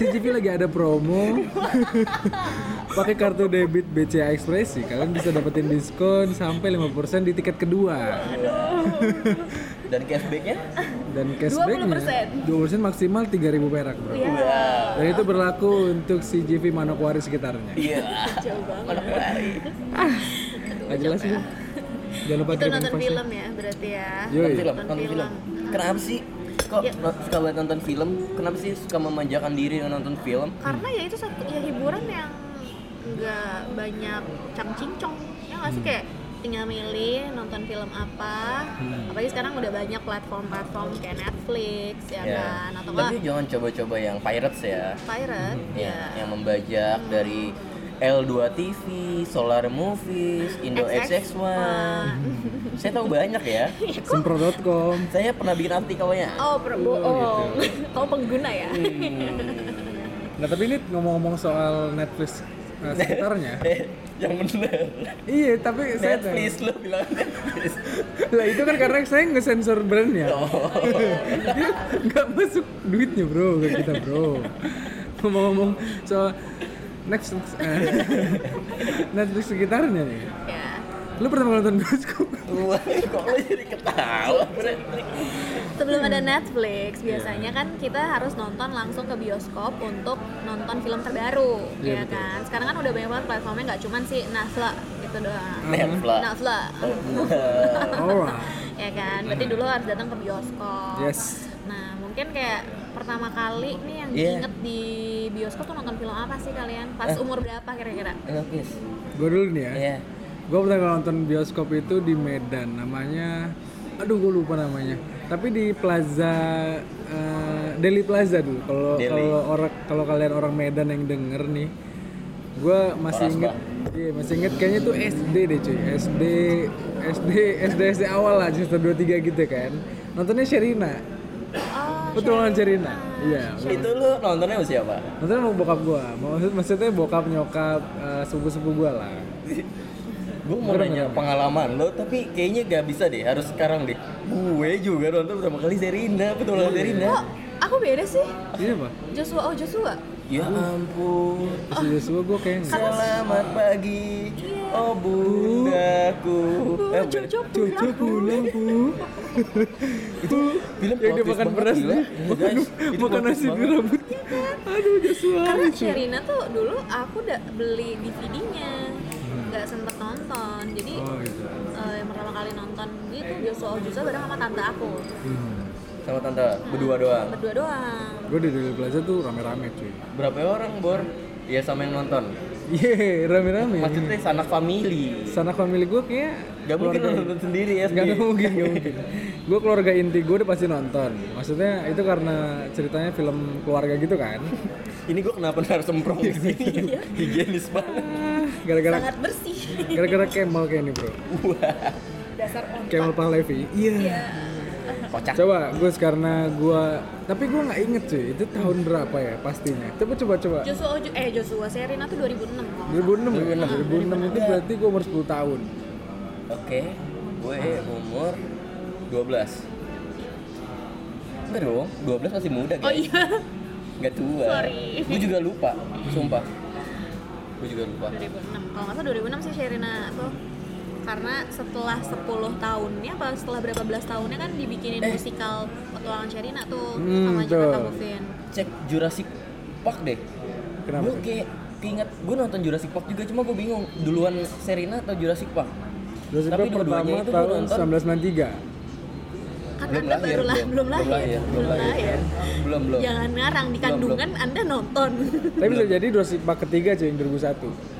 Speaker 3: CGV lagi ada promo pakai kartu debit BCA Ekspresi kalian bisa dapetin diskon sampai 50% di tiket kedua
Speaker 2: Dan cashbacknya?
Speaker 3: dan cashbacknya 20%, maksimal 3000 perak bro
Speaker 1: Iya.
Speaker 2: Wah.
Speaker 3: dan itu berlaku untuk CGV Manokwari sekitarnya
Speaker 2: Iya.
Speaker 1: Jauh banget.
Speaker 2: Anak baik.
Speaker 3: nggak jelas sih jangan lupa
Speaker 1: Itu
Speaker 3: kirim
Speaker 1: nonton
Speaker 3: invoice ya.
Speaker 1: film ya berarti ya.
Speaker 2: Nonton
Speaker 3: Yoi.
Speaker 2: film, nonton film. Kenapa sih? Kok
Speaker 1: Ya.
Speaker 2: no- suka banget nonton film? Kenapa sih suka memanjakan diri dengan nonton film?
Speaker 1: Karena ya itu satu ya hiburan yang nggak banyak cang-cincong. Ya nggak sih kayak tinggal milih nonton film apa. Apalagi sekarang udah banyak platform-platform kayak Netflix ya
Speaker 2: Ya.
Speaker 1: kan atau Iya.
Speaker 2: Tapi
Speaker 1: enggak
Speaker 2: jangan coba-coba yang pirates ya.
Speaker 1: pirate
Speaker 2: Ya,
Speaker 1: ya.
Speaker 2: yang membajak dari L2 TV, Solar Movies, Indo
Speaker 1: XX1.
Speaker 2: XX1. Saya tahu banyak ya.
Speaker 3: sempro.com
Speaker 2: Saya pernah bikin ya. artikelnya.
Speaker 1: Oh, per- bohong. Kau pengguna ya?
Speaker 2: Hmm.
Speaker 3: Nah tapi ini ngomong-ngomong soal Netflix eh, sekitarnya
Speaker 2: Eh, yang bener.
Speaker 3: Iya tapi saya
Speaker 2: Netflix lo bilang Netflix.
Speaker 3: Lah itu kan karena saya nge-sensor brandnya
Speaker 2: Oh.
Speaker 3: Dia nggak masuk duitnya bro ke kita bro Ngomong-ngomong soal Netflix eh, Netflix sekitarnya nih
Speaker 1: ya.
Speaker 3: Lu pertama kali nonton bioskop?
Speaker 2: Wah, kok lo jadi ketawa? Bre?
Speaker 1: Sebelum ada Netflix, biasanya kan kita harus nonton langsung ke bioskop untuk nonton film terbaru,
Speaker 3: Iya,
Speaker 1: ya
Speaker 3: betul.
Speaker 1: kan? Sekarang kan udah banyak banget platformnya, nggak cuman sih Nafla itu doang.
Speaker 2: Netflix.
Speaker 1: Nafla,
Speaker 3: Alright
Speaker 1: ya kan? Berarti dulu harus datang ke bioskop.
Speaker 3: Yes.
Speaker 1: Nah, mungkin kayak pertama kali nih yang
Speaker 2: Iya.
Speaker 1: diinget di bioskop tuh nonton film apa sih kalian? Pas umur berapa kira-kira?
Speaker 2: Elvis.
Speaker 3: Gue dulu nih ya
Speaker 2: Iya.
Speaker 3: Gue pertama kali nonton bioskop itu di Medan Namanya Aduh gue lupa namanya Tapi di Plaza eh, Deli Plaza dulu Kalau
Speaker 2: Deli.
Speaker 3: kalau orang kalau kalian orang Medan yang denger nih Gue masih
Speaker 2: Orang
Speaker 3: inget Iya masih inget kayaknya tuh SD deh cuy SD SD SD SD awal lah Semester 23 gitu kan Nontonnya Sherina
Speaker 1: Oh,
Speaker 3: Petualangan Sherina Iya
Speaker 2: Itu lo nontonnya sama siapa?
Speaker 3: Nontonnya sama bokap gue Maksud, Maksudnya bokap nyokap eh, sepupu-sepupu gue lah
Speaker 2: Gue mau nanya pengalaman lo, tapi kayaknya gak bisa deh, harus sekarang deh. Gue juga nonton pertama kali Serina, betul lah Serina.
Speaker 1: Kok Oh, aku beda sih?
Speaker 3: Iya pak
Speaker 1: Joshua, oh Joshua.
Speaker 2: Ya ampun.
Speaker 3: Terus Joshua gue kayaknya
Speaker 2: Selamat pagi, oh bundaku.
Speaker 1: Bu,
Speaker 2: Eh, bukan.
Speaker 1: Jojo
Speaker 3: Cucu
Speaker 1: pulang. Bu.
Speaker 3: pulang bu Itu
Speaker 2: film
Speaker 3: yang dia
Speaker 2: plot twist
Speaker 3: makan
Speaker 2: banget,
Speaker 3: beras
Speaker 2: gila.
Speaker 3: nih
Speaker 2: Iya,
Speaker 3: Makan,
Speaker 2: guys. Itu plot
Speaker 3: makan
Speaker 2: twist
Speaker 3: nasi di
Speaker 2: banget.
Speaker 3: rambutnya Aduh Joshua
Speaker 1: Karena Sherina tuh dulu aku udah beli DVD-nya nggak sempet nonton jadi
Speaker 3: Oh gitu
Speaker 1: eh, yang pertama kali nonton itu Joshua Ojusa bareng sama tante aku
Speaker 2: Sama tante, berdua doang.
Speaker 1: berdua doang
Speaker 3: Gue di Deli Plaza tuh rame-rame cuy
Speaker 2: Berapa orang, Bor? Ya sama yang nonton.
Speaker 3: Yeay Iya, rame-rame
Speaker 2: Maksudnya sanak family.
Speaker 3: Sanak family gue kayak
Speaker 2: Gak mungkin lo nonton sendiri ya,
Speaker 3: Gak mungkin, gak mungkin Gue keluarga inti gue udah pasti nonton Maksudnya itu karena ceritanya film keluarga gitu kan
Speaker 2: Ini gue kenapa harus semprong di sini? Higienis banget.
Speaker 3: Ah, Gara-gara
Speaker 1: sangat bersih
Speaker 3: gara-gara Kemal kayak ini bro
Speaker 1: dasar on
Speaker 3: Kemal Pahlevi Iya
Speaker 2: Kocak.
Speaker 3: Coba Gus karena gua tapi gua nggak inget cuy itu tahun berapa ya pastinya. Coba coba coba.
Speaker 1: Joshua Oju eh Joshua Sherina tuh 2006 kalau nggak salah.
Speaker 3: 2006 ya? 2006 itu berarti gua umur 10 tahun.
Speaker 2: Oke, gue umur 12 Enggak dong, 12 masih muda guys
Speaker 1: oh iya
Speaker 2: Nggak tua
Speaker 1: Sorry.
Speaker 2: Gue juga lupa, sumpah Gue juga lupa
Speaker 1: 2006 kalau nggak salah 2006 sih Sherina tuh karena setelah 10 tahunnya apa setelah berapa belas tahunnya kan dibikinin
Speaker 2: Eh.
Speaker 1: musikal petualangan Sherina tuh
Speaker 3: Hmm,
Speaker 1: sama Jakarta
Speaker 3: tuh.
Speaker 1: Movin
Speaker 2: Cek Jurassic Park deh Gue
Speaker 3: Kenapa tuh?
Speaker 2: kayak keinget, gue nonton Jurassic Park juga Cuma gue bingung, duluan Serena atau Jurassic Park
Speaker 3: Dua
Speaker 2: Tapi
Speaker 3: Tapi
Speaker 2: dua-duanya
Speaker 3: pertama
Speaker 2: itu gua
Speaker 3: tahun
Speaker 2: nonton.
Speaker 3: 1993
Speaker 1: kan
Speaker 2: Belum
Speaker 1: anda
Speaker 2: lahir,
Speaker 1: baru lah
Speaker 2: belum.
Speaker 1: belum lahir
Speaker 2: Belum lahir, belum lahir. Belum, belum.
Speaker 1: jangan ngarang di kandungan anda nonton
Speaker 3: Tapi bisa jadi dua sifat ketiga cuy yang 2001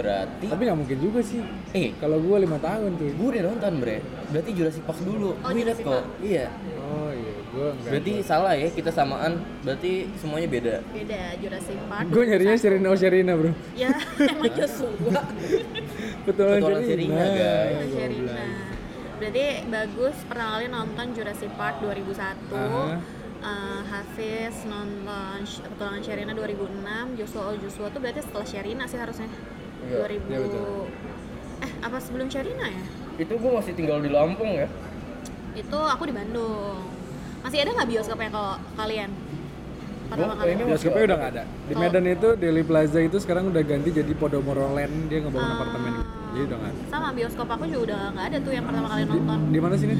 Speaker 2: Berarti
Speaker 3: Tapi nggak mungkin juga sih
Speaker 2: eh
Speaker 3: Kalau gue lima tahun tuh
Speaker 2: gue udah nonton bre. Berarti Jurassic Park dulu.
Speaker 1: Oh,
Speaker 2: Gua ingat
Speaker 1: Jurassic
Speaker 2: kok.
Speaker 1: Park.
Speaker 2: Iya.
Speaker 3: Oh iya gue enggak
Speaker 2: Berarti salah ya kita samaan. Berarti semuanya beda.
Speaker 1: beda Jurassic Park
Speaker 3: Gue nyarinya Sherina oh Sherina bro
Speaker 1: ya emang Joshua
Speaker 3: Petualangan
Speaker 2: Petualangan
Speaker 3: Sherina
Speaker 2: Sherina, guys.
Speaker 1: Mas Sherina berarti bagus pertama kali nonton Jurassic Park 2001
Speaker 3: Aha.
Speaker 1: Eh, Hafiz nonton Sh- Petualangan Sherina 2006 Joshua Oh Joshua tuh berarti setelah Sherina sih harusnya 2000
Speaker 3: iya betul.
Speaker 1: eh apa sebelum Sherina ya
Speaker 2: Itu gue masih tinggal di Lampung ya.
Speaker 1: itu aku di Bandung masih ada nggak bioskopnya kalau kalian pertama
Speaker 3: Oh,
Speaker 2: Gua
Speaker 1: kali
Speaker 2: kayaknya
Speaker 3: Bioskopnya udah nggak ada. Di
Speaker 1: Oh.
Speaker 3: Medan itu Deli Plaza itu sekarang udah ganti jadi Podomoro Land, dia ngebangun
Speaker 1: Ah.
Speaker 3: apartemen. gitu. Jadi udah nggak. ada.
Speaker 1: sama bioskop aku juga udah nggak ada tuh yang pertama kali nonton
Speaker 3: Di mana sini?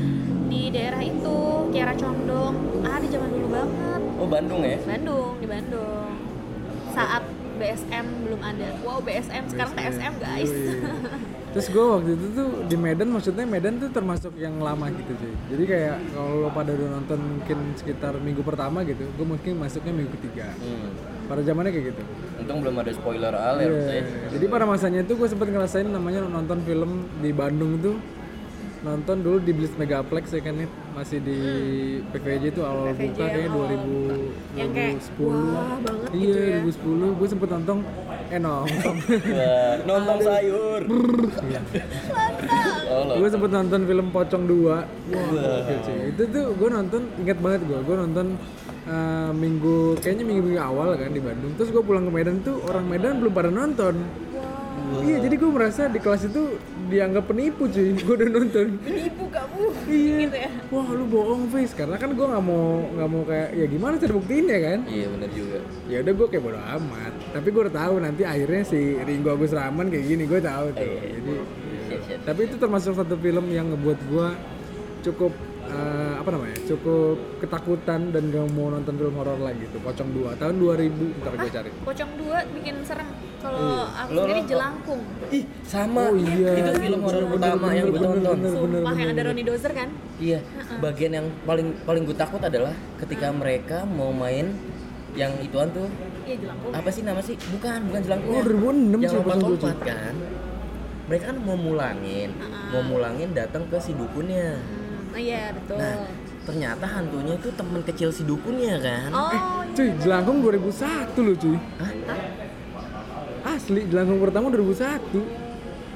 Speaker 1: di daerah itu Kiara Condong ah di zaman dulu banget
Speaker 2: Oh Bandung ya.
Speaker 1: Bandung di Bandung saat BSM belum ada wow BSM sekarang TSM guys
Speaker 3: Yoi. Terus gue waktu itu tuh di Medan, maksudnya Medan tuh termasuk yang lama gitu cuy. Jadi kayak kalau lo pada udah nonton mungkin sekitar minggu pertama gitu, gue mungkin masuknya minggu ketiga.
Speaker 2: Hmm.
Speaker 3: Pada zamannya kayak gitu.
Speaker 2: Untung belum ada spoiler
Speaker 1: ya
Speaker 2: alert ya.
Speaker 3: Iya.
Speaker 2: saya.
Speaker 3: Jadi pada masanya itu gue sempet ngerasain namanya nonton film di Bandung tuh nonton dulu di Blitz Megaplex ya kan Nit? masih di
Speaker 1: Hmm.
Speaker 3: PVJ itu awal
Speaker 1: PVJ
Speaker 3: buka
Speaker 1: yang
Speaker 3: kayaknya
Speaker 1: awal
Speaker 3: 2000
Speaker 1: Yang kayak,
Speaker 3: 2010.
Speaker 1: wah, banget
Speaker 3: iya,
Speaker 1: gitu ya.
Speaker 3: 2010 gue sempet nonton eh nonton
Speaker 2: Wah, nonton sayur. Oh, loh.
Speaker 3: gue sempet nonton film Pocong 2 wah gokil, cuy. itu tuh gue nonton ingat banget gue gue nonton eh, minggu kayaknya minggu minggu awal kan di Bandung terus gue pulang ke Medan tuh orang Medan belum pada nonton Iya, jadi gue merasa di kelas itu dianggap penipu cuy. Gue udah nonton.
Speaker 1: ibu kamu Gitu ya.
Speaker 3: iya. Wah, lu bohong face karena kan gue nggak mau nggak mau kayak ya gimana cara buktiin ya kan?
Speaker 2: Iya benar juga.
Speaker 3: Ya udah gue kayak bodo amat. Tapi gue udah tahu nanti akhirnya si Ringo Agus Rahman kayak gini gue tahu tuh.
Speaker 2: Iya,
Speaker 3: Jadi
Speaker 2: Shit, shit.
Speaker 3: tapi itu termasuk satu film yang ngebuat gue cukup eh, apa namanya? Cukup ketakutan dan gak mau nonton film horor lagi tuh. Pocong 2 tahun 2000 ntar gue cari.
Speaker 1: pocong dua bikin serem kalau
Speaker 3: Iya.
Speaker 1: aku sendiri jelangkung
Speaker 2: Ih, sama.
Speaker 3: Oh, iya.
Speaker 2: Itu film horor pertama yang gue
Speaker 3: bener,
Speaker 2: tonton.
Speaker 3: bener, bener,
Speaker 1: sumpah
Speaker 3: bener.
Speaker 1: yang ada Ronnie Dozer kan
Speaker 2: Iya, bagian yang paling paling gue takut adalah ketika mereka mau main yang ituan tuh
Speaker 1: iya jelangkung
Speaker 2: apa sih nama sih? Bukan, bukan jelangkung.
Speaker 3: Oh, 2006
Speaker 2: yang
Speaker 3: sih, pas gua
Speaker 2: lompat-lompat kan. Mereka kan mau mulangin, mau mulangin datang ke si dukunnya.
Speaker 1: Hmm, iya betul
Speaker 3: Eh,
Speaker 2: Nah, ternyata hantunya itu temen kecil si dukunnya kan.
Speaker 3: eh,
Speaker 1: oh iya.
Speaker 3: Cuy, Jelangkung 2001 loh cuy.
Speaker 2: Hah?
Speaker 3: Asli, Jelangkung pertama 2001.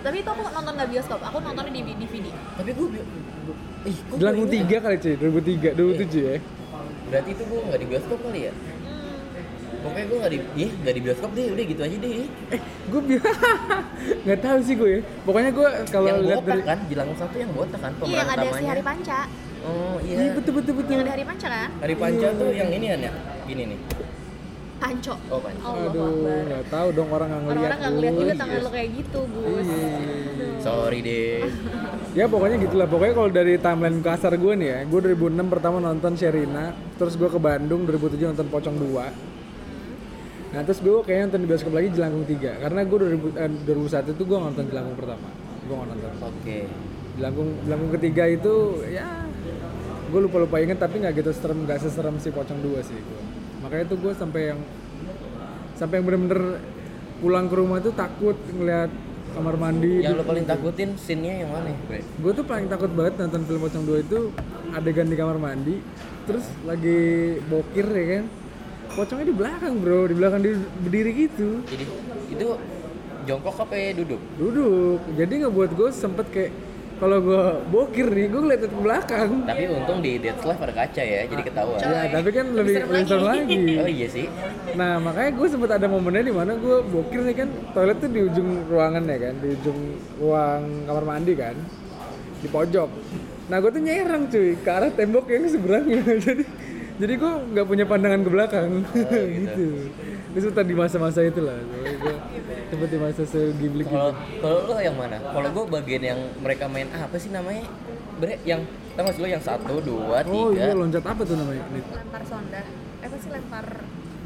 Speaker 1: tapi itu aku nonton nggak bioskop aku nontonnya di di DVD
Speaker 2: Tapi gue ih, kok Iya. gua
Speaker 3: Jelangkung
Speaker 2: ingat?
Speaker 3: 3 kali cuy, 2003, 2007 ya.
Speaker 2: Berarti itu gue nggak di bioskop kali ya?
Speaker 1: Hmm.
Speaker 2: Pokoknya gue nggak di, ih nggak di bioskop deh, udah gitu aja deh.
Speaker 3: Gue nggak tahu sih gue. ya. Pokoknya gue kalau
Speaker 2: yang
Speaker 3: lihat
Speaker 2: botak
Speaker 3: dari
Speaker 2: kan, jelangkung satu yang botak kan
Speaker 1: iya
Speaker 2: pemeran
Speaker 1: yang ada si
Speaker 2: utamanya.
Speaker 1: Hari Panca
Speaker 2: Oh iya.
Speaker 3: Iya betul betul betul.
Speaker 1: yang ada Hari Panca kan
Speaker 2: Hari Panca tuh yang ini kan ya? Gini nih.
Speaker 1: Panco
Speaker 2: Oh, Panco.
Speaker 1: Allah
Speaker 3: Aduh,
Speaker 1: Akbar.
Speaker 3: nggak tahu dong orang nggak ngeliat. Iya.
Speaker 1: orang-orang nggak ngeliat
Speaker 3: Gus.
Speaker 1: juga tangan lo kayak gitu Gus
Speaker 2: Sorry deh.
Speaker 3: Ya pokoknya gitulah. Pokoknya kalau dari timeline kasar gue nih ya, gue 2006 pertama nonton Sherina, terus gue ke Bandung 2007 nonton Pocong 2. Nah terus gue kayaknya nonton di bioskop lagi Jelangkung 3 Karena gue 2000, eh, 2001 tuh gue nonton Jelangkung pertama Gue nggak nonton
Speaker 2: Oke.
Speaker 3: Jelangkung, Jelangkung ketiga itu ya gue lupa-lupa inget tapi nggak gitu serem nggak seserem si Pocong 2 sih gue makanya tuh gue sampai yang sampai yang bener-bener pulang ke rumah tuh takut ngeliat kamar mandi
Speaker 2: Yang lo paling takutin scene-nya yang mana? Bre?
Speaker 3: gue tuh paling takut banget nonton film Pocong 2 itu adegan di kamar mandi terus lagi bokir ya kan pocongnya di belakang bro di belakang dia berdiri gitu
Speaker 2: Jadi itu jongkok apa ya duduk?
Speaker 3: duduk jadi nggak buat gue sempet kayak kalau gue bokir nih gue ngeliat ke belakang
Speaker 2: Tapi untung di dead slide pada kaca ya, jadi ketahuan.
Speaker 3: ya tapi kan lebih
Speaker 1: serem
Speaker 3: lebih serem lagi
Speaker 2: Oh iya sih.
Speaker 3: nah makanya gue sempet ada momennya di mana gue bokir nih kan toilet tuh di ujung ruangan ya kan di ujung ruang kamar mandi kan di pojok nah gue tuh nyerang cuy ke arah tembok yang seberangnya jadi jadi gue nggak punya pandangan ke belakang
Speaker 2: Oh, iya,
Speaker 3: gitu itu sempat di masa-masa itu lah gue sempet di masa segiblik gitu
Speaker 2: Kalau kalau lo yang mana? Kalau gue bagian yang mereka main ah, apa sih namanya? Bre, yang tau gak sih lo yang satu, dua,
Speaker 3: oh
Speaker 2: tiga,
Speaker 3: iya loncat apa tuh namanya Nit?
Speaker 1: lempar sonda eh, apa sih lempar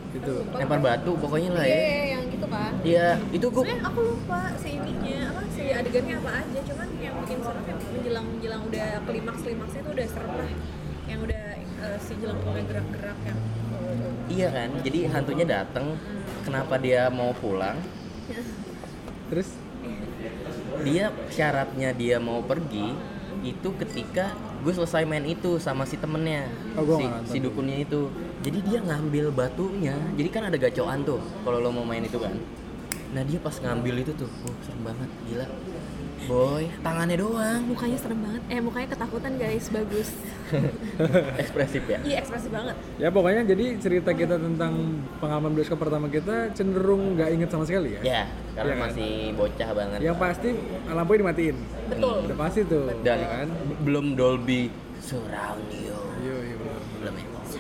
Speaker 3: gitu
Speaker 2: lempar batu pokoknya lah
Speaker 3: Iya,
Speaker 2: ya.
Speaker 1: eh yang gitu kan
Speaker 2: Iya, itu gue
Speaker 1: sebenarnya aku lupa si ininya apa si adegannya apa aja cuman yang makin serem ya menjelang menjelang udah klimaks klimaksnya tuh udah serem lah yang udah eh, si jelang mulai gerak-gerak yang
Speaker 2: Iya kan? Jadi hantunya datang, kenapa dia mau pulang?
Speaker 3: Terus
Speaker 2: Dia syaratnya dia mau pergi itu ketika gue selesai main itu sama si temennya
Speaker 3: Oh, gua
Speaker 2: si,
Speaker 3: nggak nonton.
Speaker 2: si dukunnya itu jadi dia ngambil batunya jadi kan ada gacoan tuh kalau lo mau main itu kan nah dia pas ngambil itu tuh oh, serem banget gila boy tangannya doang
Speaker 1: mukanya serem banget eh mukanya ketakutan guys bagus
Speaker 2: ekspresif ya
Speaker 1: iya ekspresif banget
Speaker 3: ya pokoknya jadi cerita kita tentang pengalaman bioskop pertama kita cenderung nggak inget sama sekali ya.
Speaker 2: ya karena
Speaker 3: Iya kan? Iya
Speaker 2: masih bocah banget
Speaker 3: Yang pasti lampunya dimatiin.
Speaker 1: betul
Speaker 3: Hmm, Udah pasti tuh.
Speaker 2: dan
Speaker 3: ya kan?
Speaker 2: b- belum Dolby surround you
Speaker 3: Iya, iya benar.
Speaker 2: belum ya Ah, itu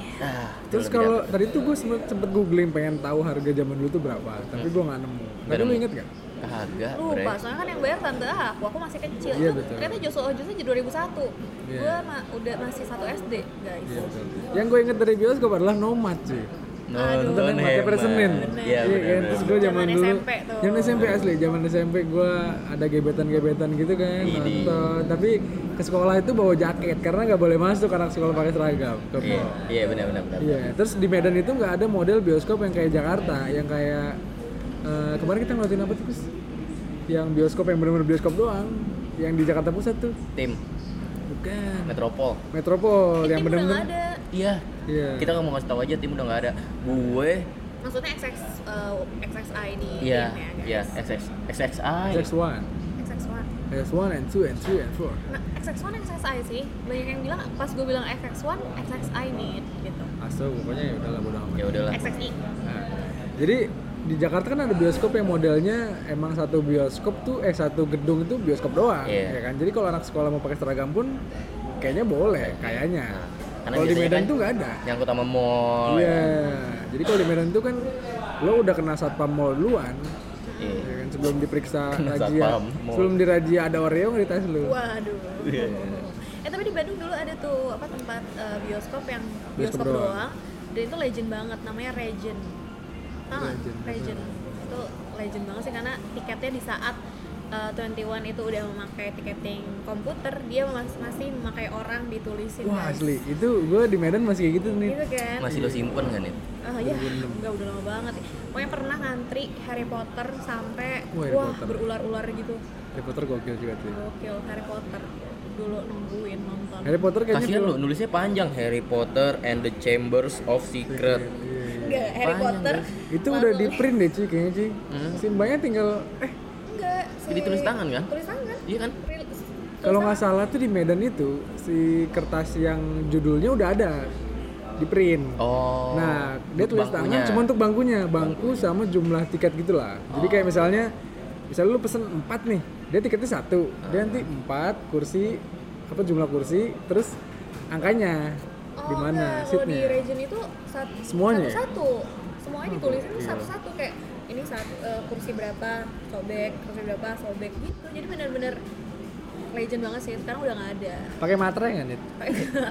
Speaker 3: iya. Terus
Speaker 2: lebih
Speaker 3: kalau
Speaker 2: dapat.
Speaker 3: tadi tuh gue sempet, sempet googling pengen tahu harga zaman dulu tuh berapa, tapi gue nggak nemu. Tapi lu
Speaker 2: nemu.
Speaker 3: inget gak?
Speaker 2: kagak bre
Speaker 1: lupa soalnya kan yang bayar tante aku aku masih kecil
Speaker 3: Iya,
Speaker 1: Itu
Speaker 3: betul.
Speaker 1: ternyata Joso Ojo aja 2001
Speaker 3: Iya.
Speaker 1: gue udah masih satu SD guys
Speaker 3: Yang gue inget dari bioskop adalah Nomad cuy.
Speaker 2: nonton
Speaker 3: Nonton Nomad pada Senin.
Speaker 2: ya
Speaker 3: Iya
Speaker 2: benar
Speaker 3: kan? Terus gue
Speaker 1: Zaman
Speaker 3: zaman dulu.
Speaker 1: SMP tuh.
Speaker 3: Zaman SMP asli, zaman SMP gue ada gebetan-gebetan gitu kan
Speaker 2: Ini.
Speaker 3: nonton. Tapi ke sekolah itu bawa jaket karena nggak boleh masuk anak sekolah pakai seragam. Ke
Speaker 2: iya
Speaker 3: mall.
Speaker 2: iya benar benar benar.
Speaker 3: Iya, terus di Medan itu nggak ada model bioskop yang kayak Jakarta, yang kayak eh, kemarin kita ngeliatin apa tuh, Kus? Yang bioskop yang benar-benar bioskop doang, yang di Jakarta Pusat tuh.
Speaker 2: tim
Speaker 3: Bukan.
Speaker 2: metropol
Speaker 3: Metropol yang
Speaker 1: tim udah nggak
Speaker 3: benar-benar.
Speaker 1: ada
Speaker 2: iya
Speaker 3: Iya.
Speaker 2: kita nggak mau ngasih tahu aja tim udah nggak ada gue
Speaker 1: maksudnya XX uh, XXI di
Speaker 2: iya
Speaker 1: timnya, guys.
Speaker 2: iya XX XXI
Speaker 3: X1,
Speaker 1: XX1
Speaker 3: X1 and 2 and 3 and 4.
Speaker 1: nah XX1 XXI sih banyak yang bilang pas gue bilang XX1 XXI nih gitu
Speaker 3: Aso pokoknya ya udahlah bodo amat.
Speaker 2: ya udahlah
Speaker 1: XXI
Speaker 3: Nah, jadi di Jakarta kan ada bioskop yang modelnya emang satu bioskop tuh eh satu gedung itu bioskop doang
Speaker 2: Iya.
Speaker 3: ya kan. Jadi kalau anak sekolah mau pakai seragam pun kayaknya boleh kayaknya.
Speaker 2: Nah, karena
Speaker 3: Kalau di
Speaker 2: biasanya
Speaker 3: Medan
Speaker 2: kan- Oh,
Speaker 3: tuh nggak ada.
Speaker 2: nyangkut sama mall
Speaker 3: Iya. Jadi kalau di Medan tuh kan lo udah kena satpam mall duluan
Speaker 2: Iya.
Speaker 3: ya kan sebelum diperiksa
Speaker 2: Kena
Speaker 3: razia.
Speaker 2: satpam mall.
Speaker 3: Sebelum dirajia ada Oreo ngeritas lu.
Speaker 1: waduh
Speaker 3: Iya,
Speaker 1: eh tapi di Bandung dulu ada tuh apa tempat uh, bioskop yang bioskop,
Speaker 3: Bioskop doang.
Speaker 1: doang. dan itu legend banget namanya Regent tau nggak?
Speaker 3: Regent.
Speaker 1: Regent itu legend banget sih karena tiketnya di saat uh, 21 itu udah memakai tiketing komputer dia mas- masih memakai orang ditulisin
Speaker 3: Wah
Speaker 1: guys.
Speaker 3: asli, itu gue di Medan masih kayak gitu nih.
Speaker 1: gitu kan
Speaker 2: masih lo simpen kan itu
Speaker 1: Ah ya, enggak udah lama banget. Pokoknya pernah ngantri Harry Potter sampai
Speaker 3: Wah, Harry
Speaker 1: wah
Speaker 3: Potter.
Speaker 1: berular-ular gitu.
Speaker 3: Harry Potter gokil juga tuh.
Speaker 1: Gokil Harry Potter dulu nungguin nonton.
Speaker 3: Harry Potter kayaknya
Speaker 2: kasihan lo
Speaker 3: film-
Speaker 2: nulisnya panjang Harry Potter and the Chambers of Secret
Speaker 3: Iya, iya.
Speaker 1: Enggak, Harry
Speaker 2: Panjang,
Speaker 1: Potter.
Speaker 3: Itu udah di print deh cuy kayaknya cuy.
Speaker 2: Hmm.
Speaker 3: Simbanya tinggal eh
Speaker 1: Enggak, si
Speaker 2: Jadi tulis tangan kan?
Speaker 1: Tulis tangan.
Speaker 2: iya kan
Speaker 1: Real- tulis
Speaker 3: kalau
Speaker 1: tangan.
Speaker 3: nggak salah tuh di Medan itu si kertas yang judulnya udah ada di print.
Speaker 2: oh
Speaker 3: Nah, dia tulis tangan
Speaker 2: bangkunya.
Speaker 3: cuma untuk bangkunya, bangku sama jumlah tiket gitulah. Jadi
Speaker 2: Oh.
Speaker 3: kayak misalnya misalnya lu pesen 4 nih, dia tiketnya satu. Dia nanti
Speaker 2: Ah.
Speaker 3: 4 kursi apa jumlah kursi terus angkanya
Speaker 1: Oh,
Speaker 3: di mana
Speaker 1: enggak, kalau di
Speaker 3: seatnya. ya?
Speaker 1: Regent itu sat-
Speaker 3: Semuanya ya? Oh,
Speaker 1: satu-satu. Semuanya ditulisin tuh satu-satu kayak ini saat eh, kursi berapa sobek, kursi berapa sobek gitu. Jadi benar-benar legend banget sih. Sekarang udah nggak ada.
Speaker 3: Pakai materai nggak nih?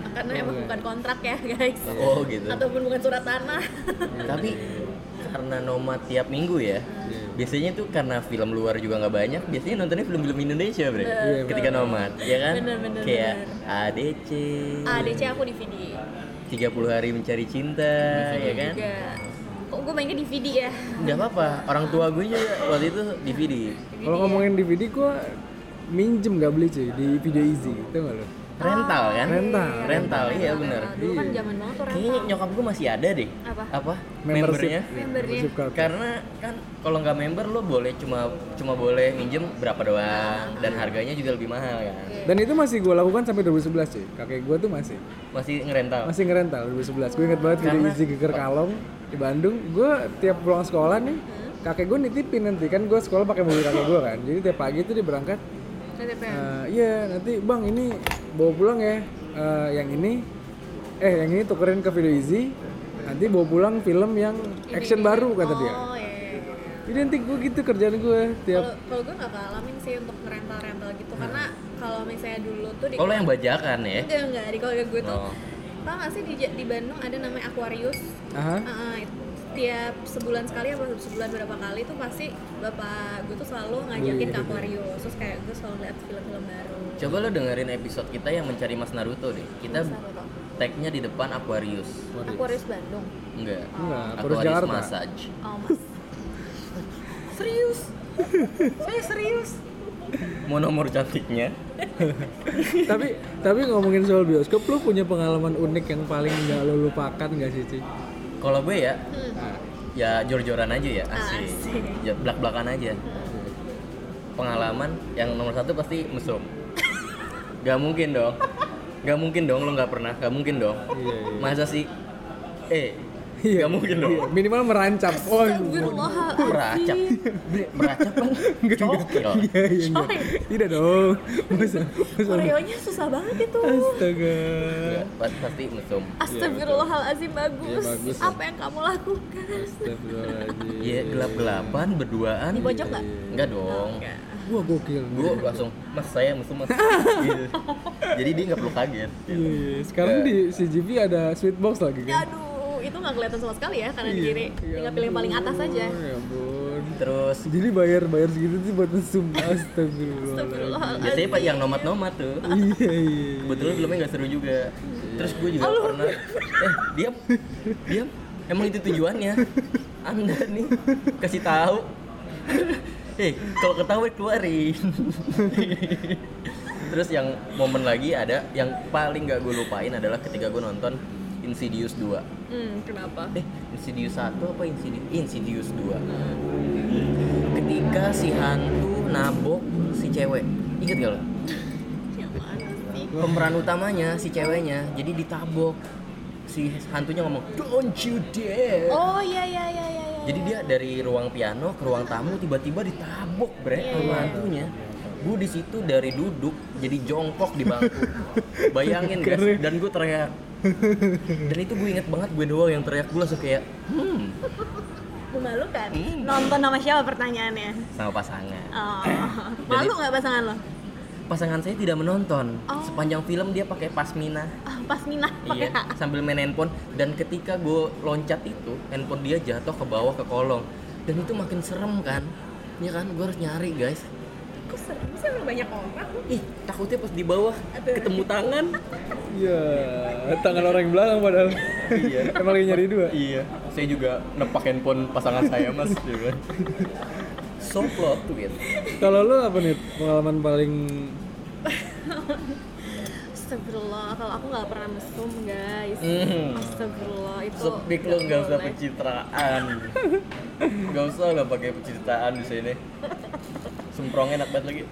Speaker 1: karena emang bukan kontrak ya guys
Speaker 2: oh gitu
Speaker 1: ataupun bukan surat tanah
Speaker 2: tapi karena Noma tiap minggu
Speaker 3: Iya.
Speaker 2: ya biasanya tuh karena film luar juga nggak banyak biasanya nontonnya film-film Indonesia bre
Speaker 3: Iya,
Speaker 2: ketika nomad ya kan
Speaker 1: Iya, Bener, bener,
Speaker 2: kayak ADC
Speaker 1: ADC aku DVD
Speaker 2: 30 hari mencari cinta
Speaker 3: Iya,
Speaker 2: ya kan
Speaker 1: juga kok gue mainnya DVD ya
Speaker 2: nggak apa-apa orang tua gue juga waktu itu DVD
Speaker 3: Kalau ngomongin DVD gua minjem gak beli cuy di video
Speaker 2: Nah.
Speaker 3: easy itu nggak lo?
Speaker 2: rental kan
Speaker 3: Rental.
Speaker 2: rental iya bener
Speaker 1: dulu kan zaman banget tuh
Speaker 2: kayaknya nyokap gue masih ada deh
Speaker 1: Apa?
Speaker 3: Membership.
Speaker 2: membernya
Speaker 1: membernya
Speaker 3: Membership card.
Speaker 2: karena kan kalau nggak member lo boleh cuma cuma boleh minjem berapa doang dan
Speaker 1: Iya.
Speaker 2: harganya juga lebih mahal kan
Speaker 3: Dan itu masih gue lakukan sampai 2011 sih. Kakek gue tuh masih
Speaker 2: masih ngerental
Speaker 3: masih ngerental 2011. Gue inget banget video Easy Geger Kalong di Bandung. Gue tiap pulang sekolah nih,
Speaker 1: Hmm.
Speaker 3: kakek gue nitipin nanti kan gue sekolah pakai mobil kakek gue kan. Jadi tiap pagi tuh dia berangkat.
Speaker 1: TTPN
Speaker 3: "Eh, Iya nanti bang ini bawa pulang ya. Eh, yang ini, eh yang ini tukerin ke video Easy. Nanti bawa pulang film yang action baru kata dia.
Speaker 1: oh iya iya, iya.
Speaker 3: Jadi nanti gue gitu kerjaan gue
Speaker 1: kalau
Speaker 3: tiap.
Speaker 1: kalau gue nggak kealamin sih untuk rental rental gitu karena kalau misalnya dulu tuh di
Speaker 2: Nah. kalau yang bajakan ya
Speaker 1: enggak enggak di keluarga gue tuh
Speaker 2: Oh.
Speaker 1: tau gak sih di, di Bandung ada namanya Aquarius
Speaker 3: Aha.
Speaker 1: Ah, ah, itu. tiap sebulan sekali apa sebulan berapa kali tuh pasti bapak gue tuh selalu
Speaker 3: Iya,
Speaker 1: ngajakin ke akuarium terus kayak gue selalu lihat film-film baru
Speaker 2: Coba lo dengerin episode kita yang mencari Mas Naruto deh. Kita tag-nya di depan Aquarius.
Speaker 1: Aquarius Bandung
Speaker 2: Enggak.
Speaker 3: Enggak, terus
Speaker 2: Aquarius
Speaker 3: Jakarta.
Speaker 2: Massage.
Speaker 1: oh mas serius saya serius
Speaker 2: Mau nomor cantiknya?
Speaker 3: tapi tapi ngomongin soal bioskop, lu punya pengalaman unik yang paling nggak lu lupakan nggak sih, Ci?
Speaker 2: Kalau gue ya,
Speaker 3: Nah,
Speaker 2: ya jor-joran aja ya,
Speaker 1: Ah,
Speaker 2: asik.
Speaker 1: asik.
Speaker 2: Ya, belak-belakan aja. Pengalaman yang nomor satu pasti mesum. Gak mungkin dong. Gak mungkin dong lo nggak pernah. Gak mungkin dong.
Speaker 3: Iya, iya.
Speaker 2: Masa sih? Eh,
Speaker 3: Iya.
Speaker 2: gak mungkin dong.
Speaker 3: Iya, minimal merancap. Oh,
Speaker 1: Astagfirullahaladzim.
Speaker 2: Meracap. Meracap kan? Cokil.
Speaker 3: iya, iya, iya.
Speaker 1: Coy.
Speaker 3: Tidak dong. Masa, masa.
Speaker 1: Koreonya susah banget
Speaker 3: Iya,
Speaker 1: itu
Speaker 3: Astaga.
Speaker 2: Ya, pas- pasti mesum.
Speaker 1: Astagfirullahalazim bagus.
Speaker 3: Iya, bagus, ya.
Speaker 1: Apa yang kamu lakukan?
Speaker 3: Astagfirullahaladzim.
Speaker 2: Iya, gelap-gelapan berduaan.
Speaker 3: Iya,
Speaker 1: Di pojok nggak?
Speaker 2: Enggak dong.
Speaker 3: Wah, gokil.
Speaker 2: Gue langsung, mas saya mesum mas. Gitu. Jadi dia nggak perlu kaget.
Speaker 3: Iya, iya. Sekarang di CGV ada sweet box lagi kan?
Speaker 1: Aduh, itu nggak kelihatan sama sekali ya kanan
Speaker 3: Iya.
Speaker 1: kiri.
Speaker 3: Ya
Speaker 1: Tinggal pilih yang paling atas
Speaker 3: ampun,
Speaker 1: aja.
Speaker 3: Ya ampun.
Speaker 2: Terus
Speaker 3: Jadi bayar bayar segitu tuh buat mesum. Astagfirullah.
Speaker 1: Oh,
Speaker 2: biasanya pak yang nomat-nomat tuh.
Speaker 3: Iya, iya.
Speaker 2: Kebetulan filmnya nggak seru juga. Terus gue juga pernah. Eh, diam, diam. Emang itu tujuannya? Anda nih kasih tahu. Eh, kalau ketawa keluarin. Terus yang momen lagi ada yang paling gak gue lupain adalah ketika gue nonton Insidious 2.
Speaker 1: Hmm, kenapa?
Speaker 2: Eh, Insidious 1 apa Insidious? Insidious 2. Ketika si hantu nabok si cewek. Ingat gak lo?
Speaker 1: Yang mana sih?
Speaker 2: pemeran utamanya si ceweknya jadi ditabok si hantunya ngomong don't you dare
Speaker 1: Oh iya iya iya iya. iya.
Speaker 2: jadi dia dari ruang piano ke ruang tamu tiba-tiba ditabok bre
Speaker 1: Iya,
Speaker 2: sama
Speaker 1: iya.
Speaker 2: hantunya gue di situ dari duduk jadi jongkok di bangku bayangin guys dan gue teriak dan itu gue inget banget gue doang yang teriak gue langsung kayak hmm
Speaker 1: memalukan.
Speaker 2: Hmm.
Speaker 1: kan? Nonton sama siapa pertanyaannya?
Speaker 2: sama pasangan
Speaker 1: Oh. Malu nggak pasangan lo?
Speaker 2: pasangan saya tidak menonton
Speaker 1: Oh.
Speaker 2: sepanjang film dia pakai pasmina
Speaker 1: Ah, pas minah pakai
Speaker 2: Iya,
Speaker 1: hak.
Speaker 2: sambil main handphone dan ketika gue loncat itu handphone dia jatuh ke bawah ke kolong dan itu makin serem kan ya kan gue harus nyari guys
Speaker 1: Kok serem sih emang banyak orang?
Speaker 2: ih takutnya pas di bawah ketemu tangan
Speaker 3: Iya, tangan orang yang belakang padahal.
Speaker 2: Iya.
Speaker 3: Emang lagi nyari dua.
Speaker 2: iya saya juga nepak handphone pasangan saya mas juga so plot twist
Speaker 3: Kalau lu apa nih pengalaman paling
Speaker 1: Astagfirullah, kalau aku nggak pernah mesum guys.
Speaker 2: Hmm.
Speaker 1: Astagfirullah itu.
Speaker 2: sepik lo nggak usah
Speaker 1: boleh.
Speaker 2: pencitraan nggak usah lah pakai pencitraan di sini semprongnya enak banget lagi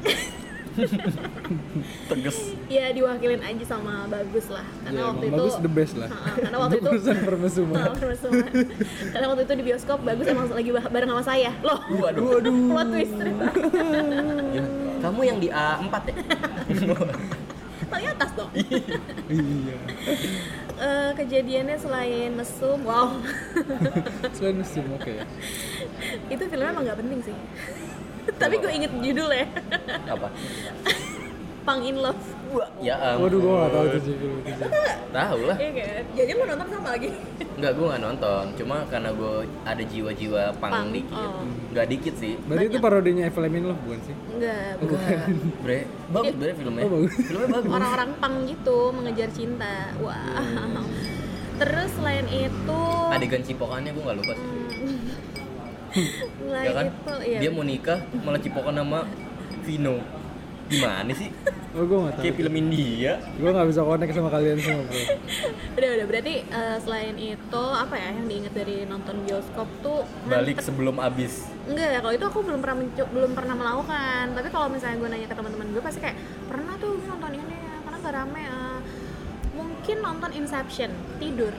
Speaker 2: tegas
Speaker 1: Ya diwakilin aja sama bagus lah karena
Speaker 3: Ya,
Speaker 1: waktu
Speaker 3: emang
Speaker 1: itu
Speaker 3: Bagus the best lah.
Speaker 1: Ha-ha, karena waktu
Speaker 3: Untuk
Speaker 1: itu
Speaker 3: urusan permesuman.
Speaker 1: Oh, permesuman. karena waktu itu di bioskop bagus emang lagi bah- bareng sama saya loh
Speaker 2: waduh
Speaker 1: plot twist
Speaker 2: Ya, kamu yang di A4 ya?
Speaker 1: paling atas dong
Speaker 3: iya.
Speaker 1: Eh, kejadiannya selain mesum wow
Speaker 3: Selain musim oke. ya.
Speaker 1: itu filmnya emang nggak penting sih tapi gue inget judulnya
Speaker 2: Apa?
Speaker 1: Pang in Love
Speaker 2: Ya
Speaker 3: Waduh,
Speaker 2: ampun.
Speaker 3: gua nggak tahu tuh sih film itu. Ci.
Speaker 2: Tahu lah.
Speaker 1: Iya kan? Jadi lu nonton sama lagi?
Speaker 2: Enggak, gua nggak nonton. Cuma karena gua ada jiwa-jiwa pang, iya.
Speaker 1: Pang,
Speaker 2: dikit.
Speaker 1: oh.
Speaker 2: Nggak dikit sih.
Speaker 3: Berarti itu parodinya Evelyn loh bukan sih?
Speaker 1: Enggak,
Speaker 2: Wah, bre, bagus bre filmnya.
Speaker 3: Oh, bagus.
Speaker 2: Filmnya bagus.
Speaker 1: Iya. orang-orang pang gitu mengejar cinta wah terus selain itu
Speaker 2: Adegan cipokannya gua nggak lupa sih.
Speaker 1: selain
Speaker 3: Nah,
Speaker 2: ya kan?
Speaker 3: gitu,
Speaker 1: itu
Speaker 3: iya.
Speaker 1: ya
Speaker 2: Dia mau nikah malah cipokan sama Vino. Gimana sih?
Speaker 3: Oh, gua nggak tahu.
Speaker 2: Kayak film India.
Speaker 3: Gua nggak bisa connect sama kalian semua, Bro.
Speaker 1: udah udah berarti eh, selain itu apa ya yang diingat dari nonton bioskop tuh kan
Speaker 2: Balik sebelum abis.
Speaker 1: enggak ya kalau itu aku belum pernah mencu- belum pernah melakukan tapi kalau misalnya gue nanya ke teman-teman gue pasti kayak pernah tuh gue nonton ini ya, karena gak rame ah." mungkin nonton Inception tidur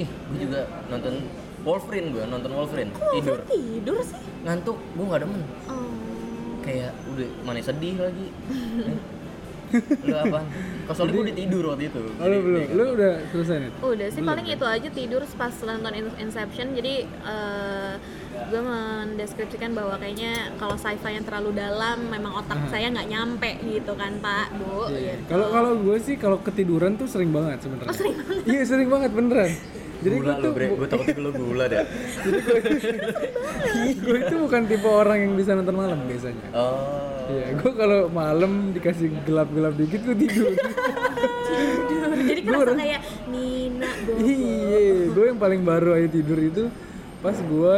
Speaker 2: Ih, gua juga nonton Wolverine gua nonton Wolverine tidur.
Speaker 1: Kok tidur sih
Speaker 2: Ngantuk, gua nggak demen.
Speaker 1: oh.
Speaker 2: kayak udah mana sedih lagi lu apa kau soalnya gue udah tidur waktu itu
Speaker 3: Oh, lu
Speaker 2: Jadi-
Speaker 3: belum. Lu udah selesai nih.
Speaker 1: Udah sih paling itu aja tidur pas nonton In- Inception jadi gue mendeskripsikan bahwa kayaknya kalau sci-fi yang terlalu dalam memang otak saya nggak nyampe gitu kan Pak
Speaker 3: Iya,
Speaker 1: Bu. gitu.
Speaker 3: Kalau kalau gue sih kalau ketiduran tuh sering banget sebenarnya.
Speaker 1: Oh, sering
Speaker 3: Iya sering banget beneran. Jadi
Speaker 2: gula
Speaker 3: gua
Speaker 2: lo
Speaker 3: tuh
Speaker 2: bre,
Speaker 3: bu-
Speaker 2: gue takutnya lo gula deh.
Speaker 3: gue itu bukan tipe orang yang bisa nonton malam biasanya
Speaker 2: Oh,
Speaker 3: Iya, gue kalau malam dikasih gelap-gelap dikit gue tidur.
Speaker 1: Tidur. Jadi kerasa kayak Nina Bobo.
Speaker 3: Iya, gue yang paling baru aja tidur itu pas gue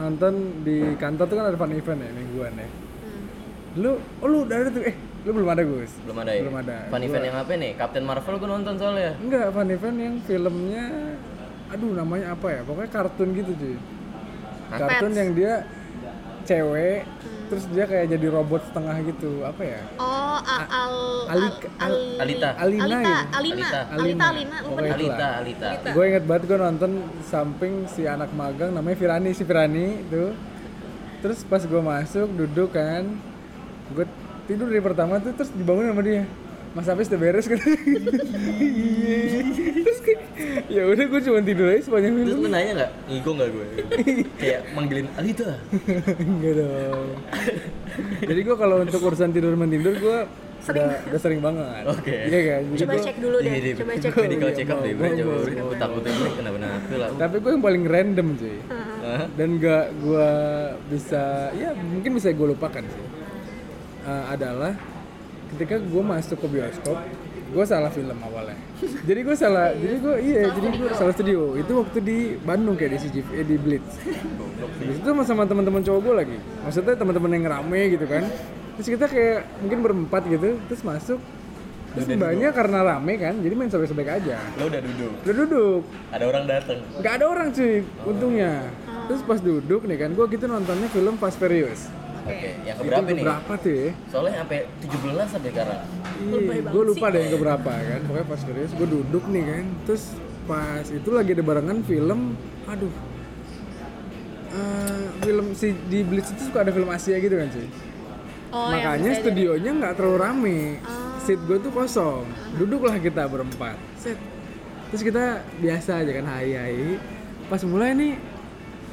Speaker 3: nonton di kantor tuh kan ada fun event ya mingguan ya. Lu, oh lu udah ada tuh, eh lu belum ada Gus?
Speaker 2: belum ada ya?
Speaker 3: Belum ada.
Speaker 2: Fan event yang apa nih? Captain Marvel gue nonton soalnya.
Speaker 3: Enggak, fun event yang filmnya, aduh namanya apa ya? Pokoknya kartun gitu cuy. Kartun yang dia cewek, terus dia kayak jadi robot setengah gitu, apa ya?
Speaker 1: Oh, a- al, al,
Speaker 3: Alik-
Speaker 1: al,
Speaker 2: Alita.
Speaker 1: Alita,
Speaker 3: Alina gitu.
Speaker 1: Alina,
Speaker 2: Alita.
Speaker 1: Alita, Alina, lupa
Speaker 3: Pokoknya
Speaker 1: deh.
Speaker 2: Alita, Alita.
Speaker 3: Gue inget banget gue nonton samping si anak magang namanya Firani si Firani itu. Terus pas gue masuk duduk kan, gue tidur dari pertama tuh terus dibangun sama dia. Mas Hafiz udah beres kan? Iya. terus kayak, ya udah gue cuma tidur aja sepanjang
Speaker 2: Terus
Speaker 3: film.
Speaker 2: lu nanya nggak? Ngigo nggak gue? Kayak manggilin "Ah, gitu Alita.
Speaker 3: Enggak dong. Jadi gue kalau untuk urusan tidur mentidur gue udah, udah sering banget.
Speaker 2: Oke.
Speaker 3: Iya kan? Jadi
Speaker 1: Coba
Speaker 3: gua-
Speaker 1: cek dulu deh,
Speaker 2: Ini
Speaker 1: coba cek
Speaker 2: Ini
Speaker 1: dulu.
Speaker 2: iya, kalau check up deh, bre.
Speaker 3: Gua-
Speaker 2: Coba
Speaker 3: gua-
Speaker 2: bre. Gue takutnya gue kenapa-napa lah.
Speaker 3: Tapi gue yang paling random cuy.
Speaker 1: Hmm.
Speaker 2: Hah?
Speaker 3: dan nggak gue bisa ya mungkin bisa gue lupakan sih Eh, adalah ketika gue masuk ke bioskop gue salah film awalnya jadi gue salah jadi gue iya jadi gue salah studio itu waktu di Bandung kayak di CGV eh, di Blitz Habis itu sama sama teman-teman cowok gue lagi maksudnya teman-teman yang rame gitu kan terus kita kayak mungkin berempat gitu terus masuk terus banyak karena rame kan jadi main sobek-sobek aja
Speaker 2: Lo udah duduk.
Speaker 3: udah duduk
Speaker 2: Ada orang datang.
Speaker 3: nggak ada orang cuy untungnya terus pas duduk nih kan gue gitu nontonnya film Fast Furious
Speaker 2: Oke, yang
Speaker 3: Itu
Speaker 2: keberapa nih?
Speaker 3: keberapa tuh ya
Speaker 2: Soalnya sampai 17 sampai sekarang.
Speaker 3: gue lupa deh yang keberapa kan pokoknya Fast Furious gue duduk nih kan terus pas itu lagi ada barengan film aduh Eh, film si di Blitz itu suka ada film Asia gitu kan cuy
Speaker 1: Oh, ya,
Speaker 3: makanya studionya nggak terlalu rame
Speaker 1: Oh.
Speaker 3: seat gue tuh kosong duduklah kita berempat set terus kita biasa aja kan hai hai pas mulai nih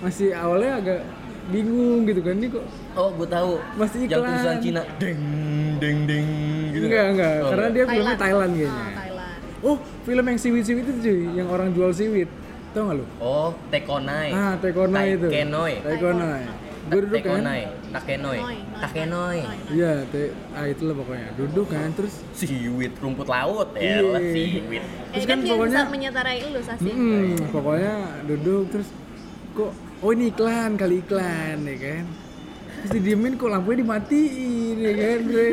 Speaker 3: masih awalnya agak bingung gitu kan ini kok
Speaker 2: Oh, gue tahu. Yang
Speaker 3: Masih iklan.
Speaker 2: tulisan Cina. Deng, deng, deng. Gitu.
Speaker 3: enggak enggak
Speaker 2: Oh,
Speaker 3: karena dia filmnya
Speaker 1: Thailand. Ah,
Speaker 3: Thailand kayaknya
Speaker 1: Thailand.
Speaker 3: oh film yang siwit-siwit itu cuy yang orang jual siwit tau nggak lu
Speaker 2: Oh, Tekonai.
Speaker 3: ah tekonai itu
Speaker 2: Taikenoi.
Speaker 3: tekonai gue duduk kan
Speaker 2: Tekonai. Takenoi. Takenoi.
Speaker 3: iya te ah itulah pokoknya duduk kan terus
Speaker 2: Siwit, rumput laut. Ya,
Speaker 3: Iya.
Speaker 2: lah, siwit.
Speaker 1: Eh,
Speaker 3: Terus
Speaker 1: kan
Speaker 3: kan
Speaker 1: dia bisa
Speaker 3: pokoknya-
Speaker 1: menyetarai lu, Sasi.
Speaker 3: Mm, pokoknya duduk terus kok oh ini iklan kali iklan ya kan terus didiemin kok lampunya dimatiin ya kan bre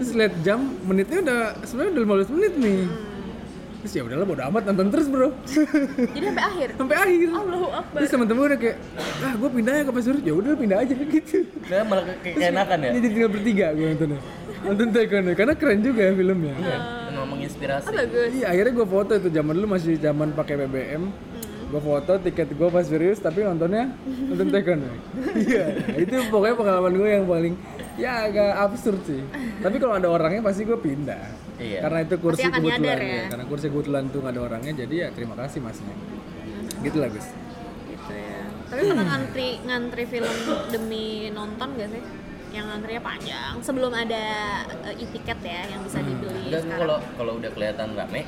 Speaker 3: terus lihat jam menitnya udah sebenarnya udah 15 menit nih
Speaker 1: Mm.
Speaker 3: terus ya udahlah bodo amat nonton terus bro
Speaker 1: Jadi sampai akhir.
Speaker 3: sampai akhir
Speaker 1: Allahu Akbar.
Speaker 3: terus teman-teman udah kayak ah gue pindah ya ke Pasir ya udah pindah aja gitu
Speaker 2: Nah, malah ke- ke- keenakan
Speaker 1: Iya.
Speaker 2: ya?
Speaker 3: ini jadi tinggal bertiga gue nontonnya nonton Taekwondo karena keren juga ya filmnya
Speaker 1: Iya.
Speaker 2: Emang menginspirasi.
Speaker 1: Oh, bagus.
Speaker 3: Iya, akhirnya gue foto itu zaman dulu masih zaman pakai
Speaker 1: Hmm.
Speaker 3: BBM. Gue foto tiket gue pas serius tapi nontonnya nonton Tekken. Iya, itu pokoknya pengalaman gue yang paling ya agak absurd sih. Tapi kalau ada orangnya pasti gue pindah.
Speaker 2: Iya.
Speaker 3: Karena itu kursi
Speaker 1: Pasti akan
Speaker 3: kebetulan
Speaker 1: nyadar ya.
Speaker 3: ya. Karena kursi kebetulan tuh gak ada orangnya jadi ya terima kasih masnya.
Speaker 1: Hmm.
Speaker 3: Gitu lah Gus.
Speaker 1: Gitu ya. Tapi pernah ngantri ngantri film demi nonton gak sih? Yang ngantrinya panjang sebelum ada eh, e-ticket ya yang bisa dibeli
Speaker 2: Enggak, gua
Speaker 1: sekarang. Oh,
Speaker 2: kalau kalau udah kelihatan rame,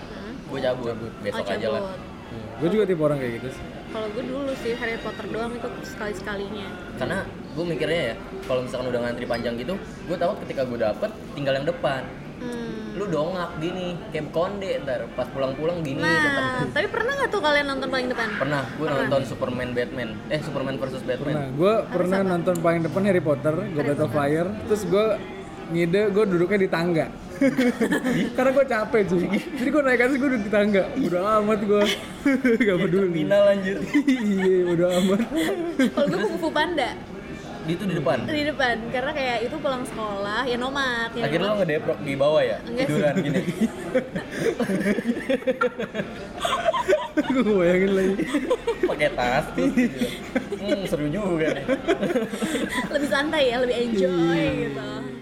Speaker 2: gue cabut. Besok aja lah.
Speaker 1: Hmm. cabut.
Speaker 3: Gue juga tipe orang kayak gitu sih.
Speaker 1: Kalau gue dulu sih Harry Potter doang itu sekali sekalinya.
Speaker 2: Karena gue mikirnya ya, kalau misalkan udah ngantri panjang gitu, gue takut ketika gue dapet, tinggal yang depan.
Speaker 1: Hmm.
Speaker 2: Lu dongak gini, kayak konde ntar. Pas pulang-pulang gini, tetap.
Speaker 1: Nah, tapi pernah nggak tuh kalian nonton paling depan?
Speaker 2: Pernah, gue nonton Superman Batman. Eh, Superman versus
Speaker 3: Pernah.
Speaker 2: Batman.
Speaker 3: Gue Nah, pernah nonton paling depan Harry Potter, gue Battle Fire, terus gue ngide gue duduknya di tangga. Karena gue capek sih. Jadi gue naik atas gue duduk di tangga. Udah amat gue. Gak peduli.
Speaker 2: Terminal lanjut.
Speaker 3: Iya, udah amat.
Speaker 1: Kalau gue kupu panda
Speaker 2: Itu di depan.
Speaker 1: di depan karena kayak itu pulang sekolah ya nomad ya
Speaker 2: Akhirnya lo
Speaker 1: nomad.
Speaker 2: ngedeprok di bawah ya?
Speaker 1: Enggak sih.
Speaker 2: Tiduran gini.
Speaker 3: gue bayangin lagi.
Speaker 2: Pakai tas terus gitu. Hmm, seru juga nih.
Speaker 1: lebih santai ya lebih enjoy gitu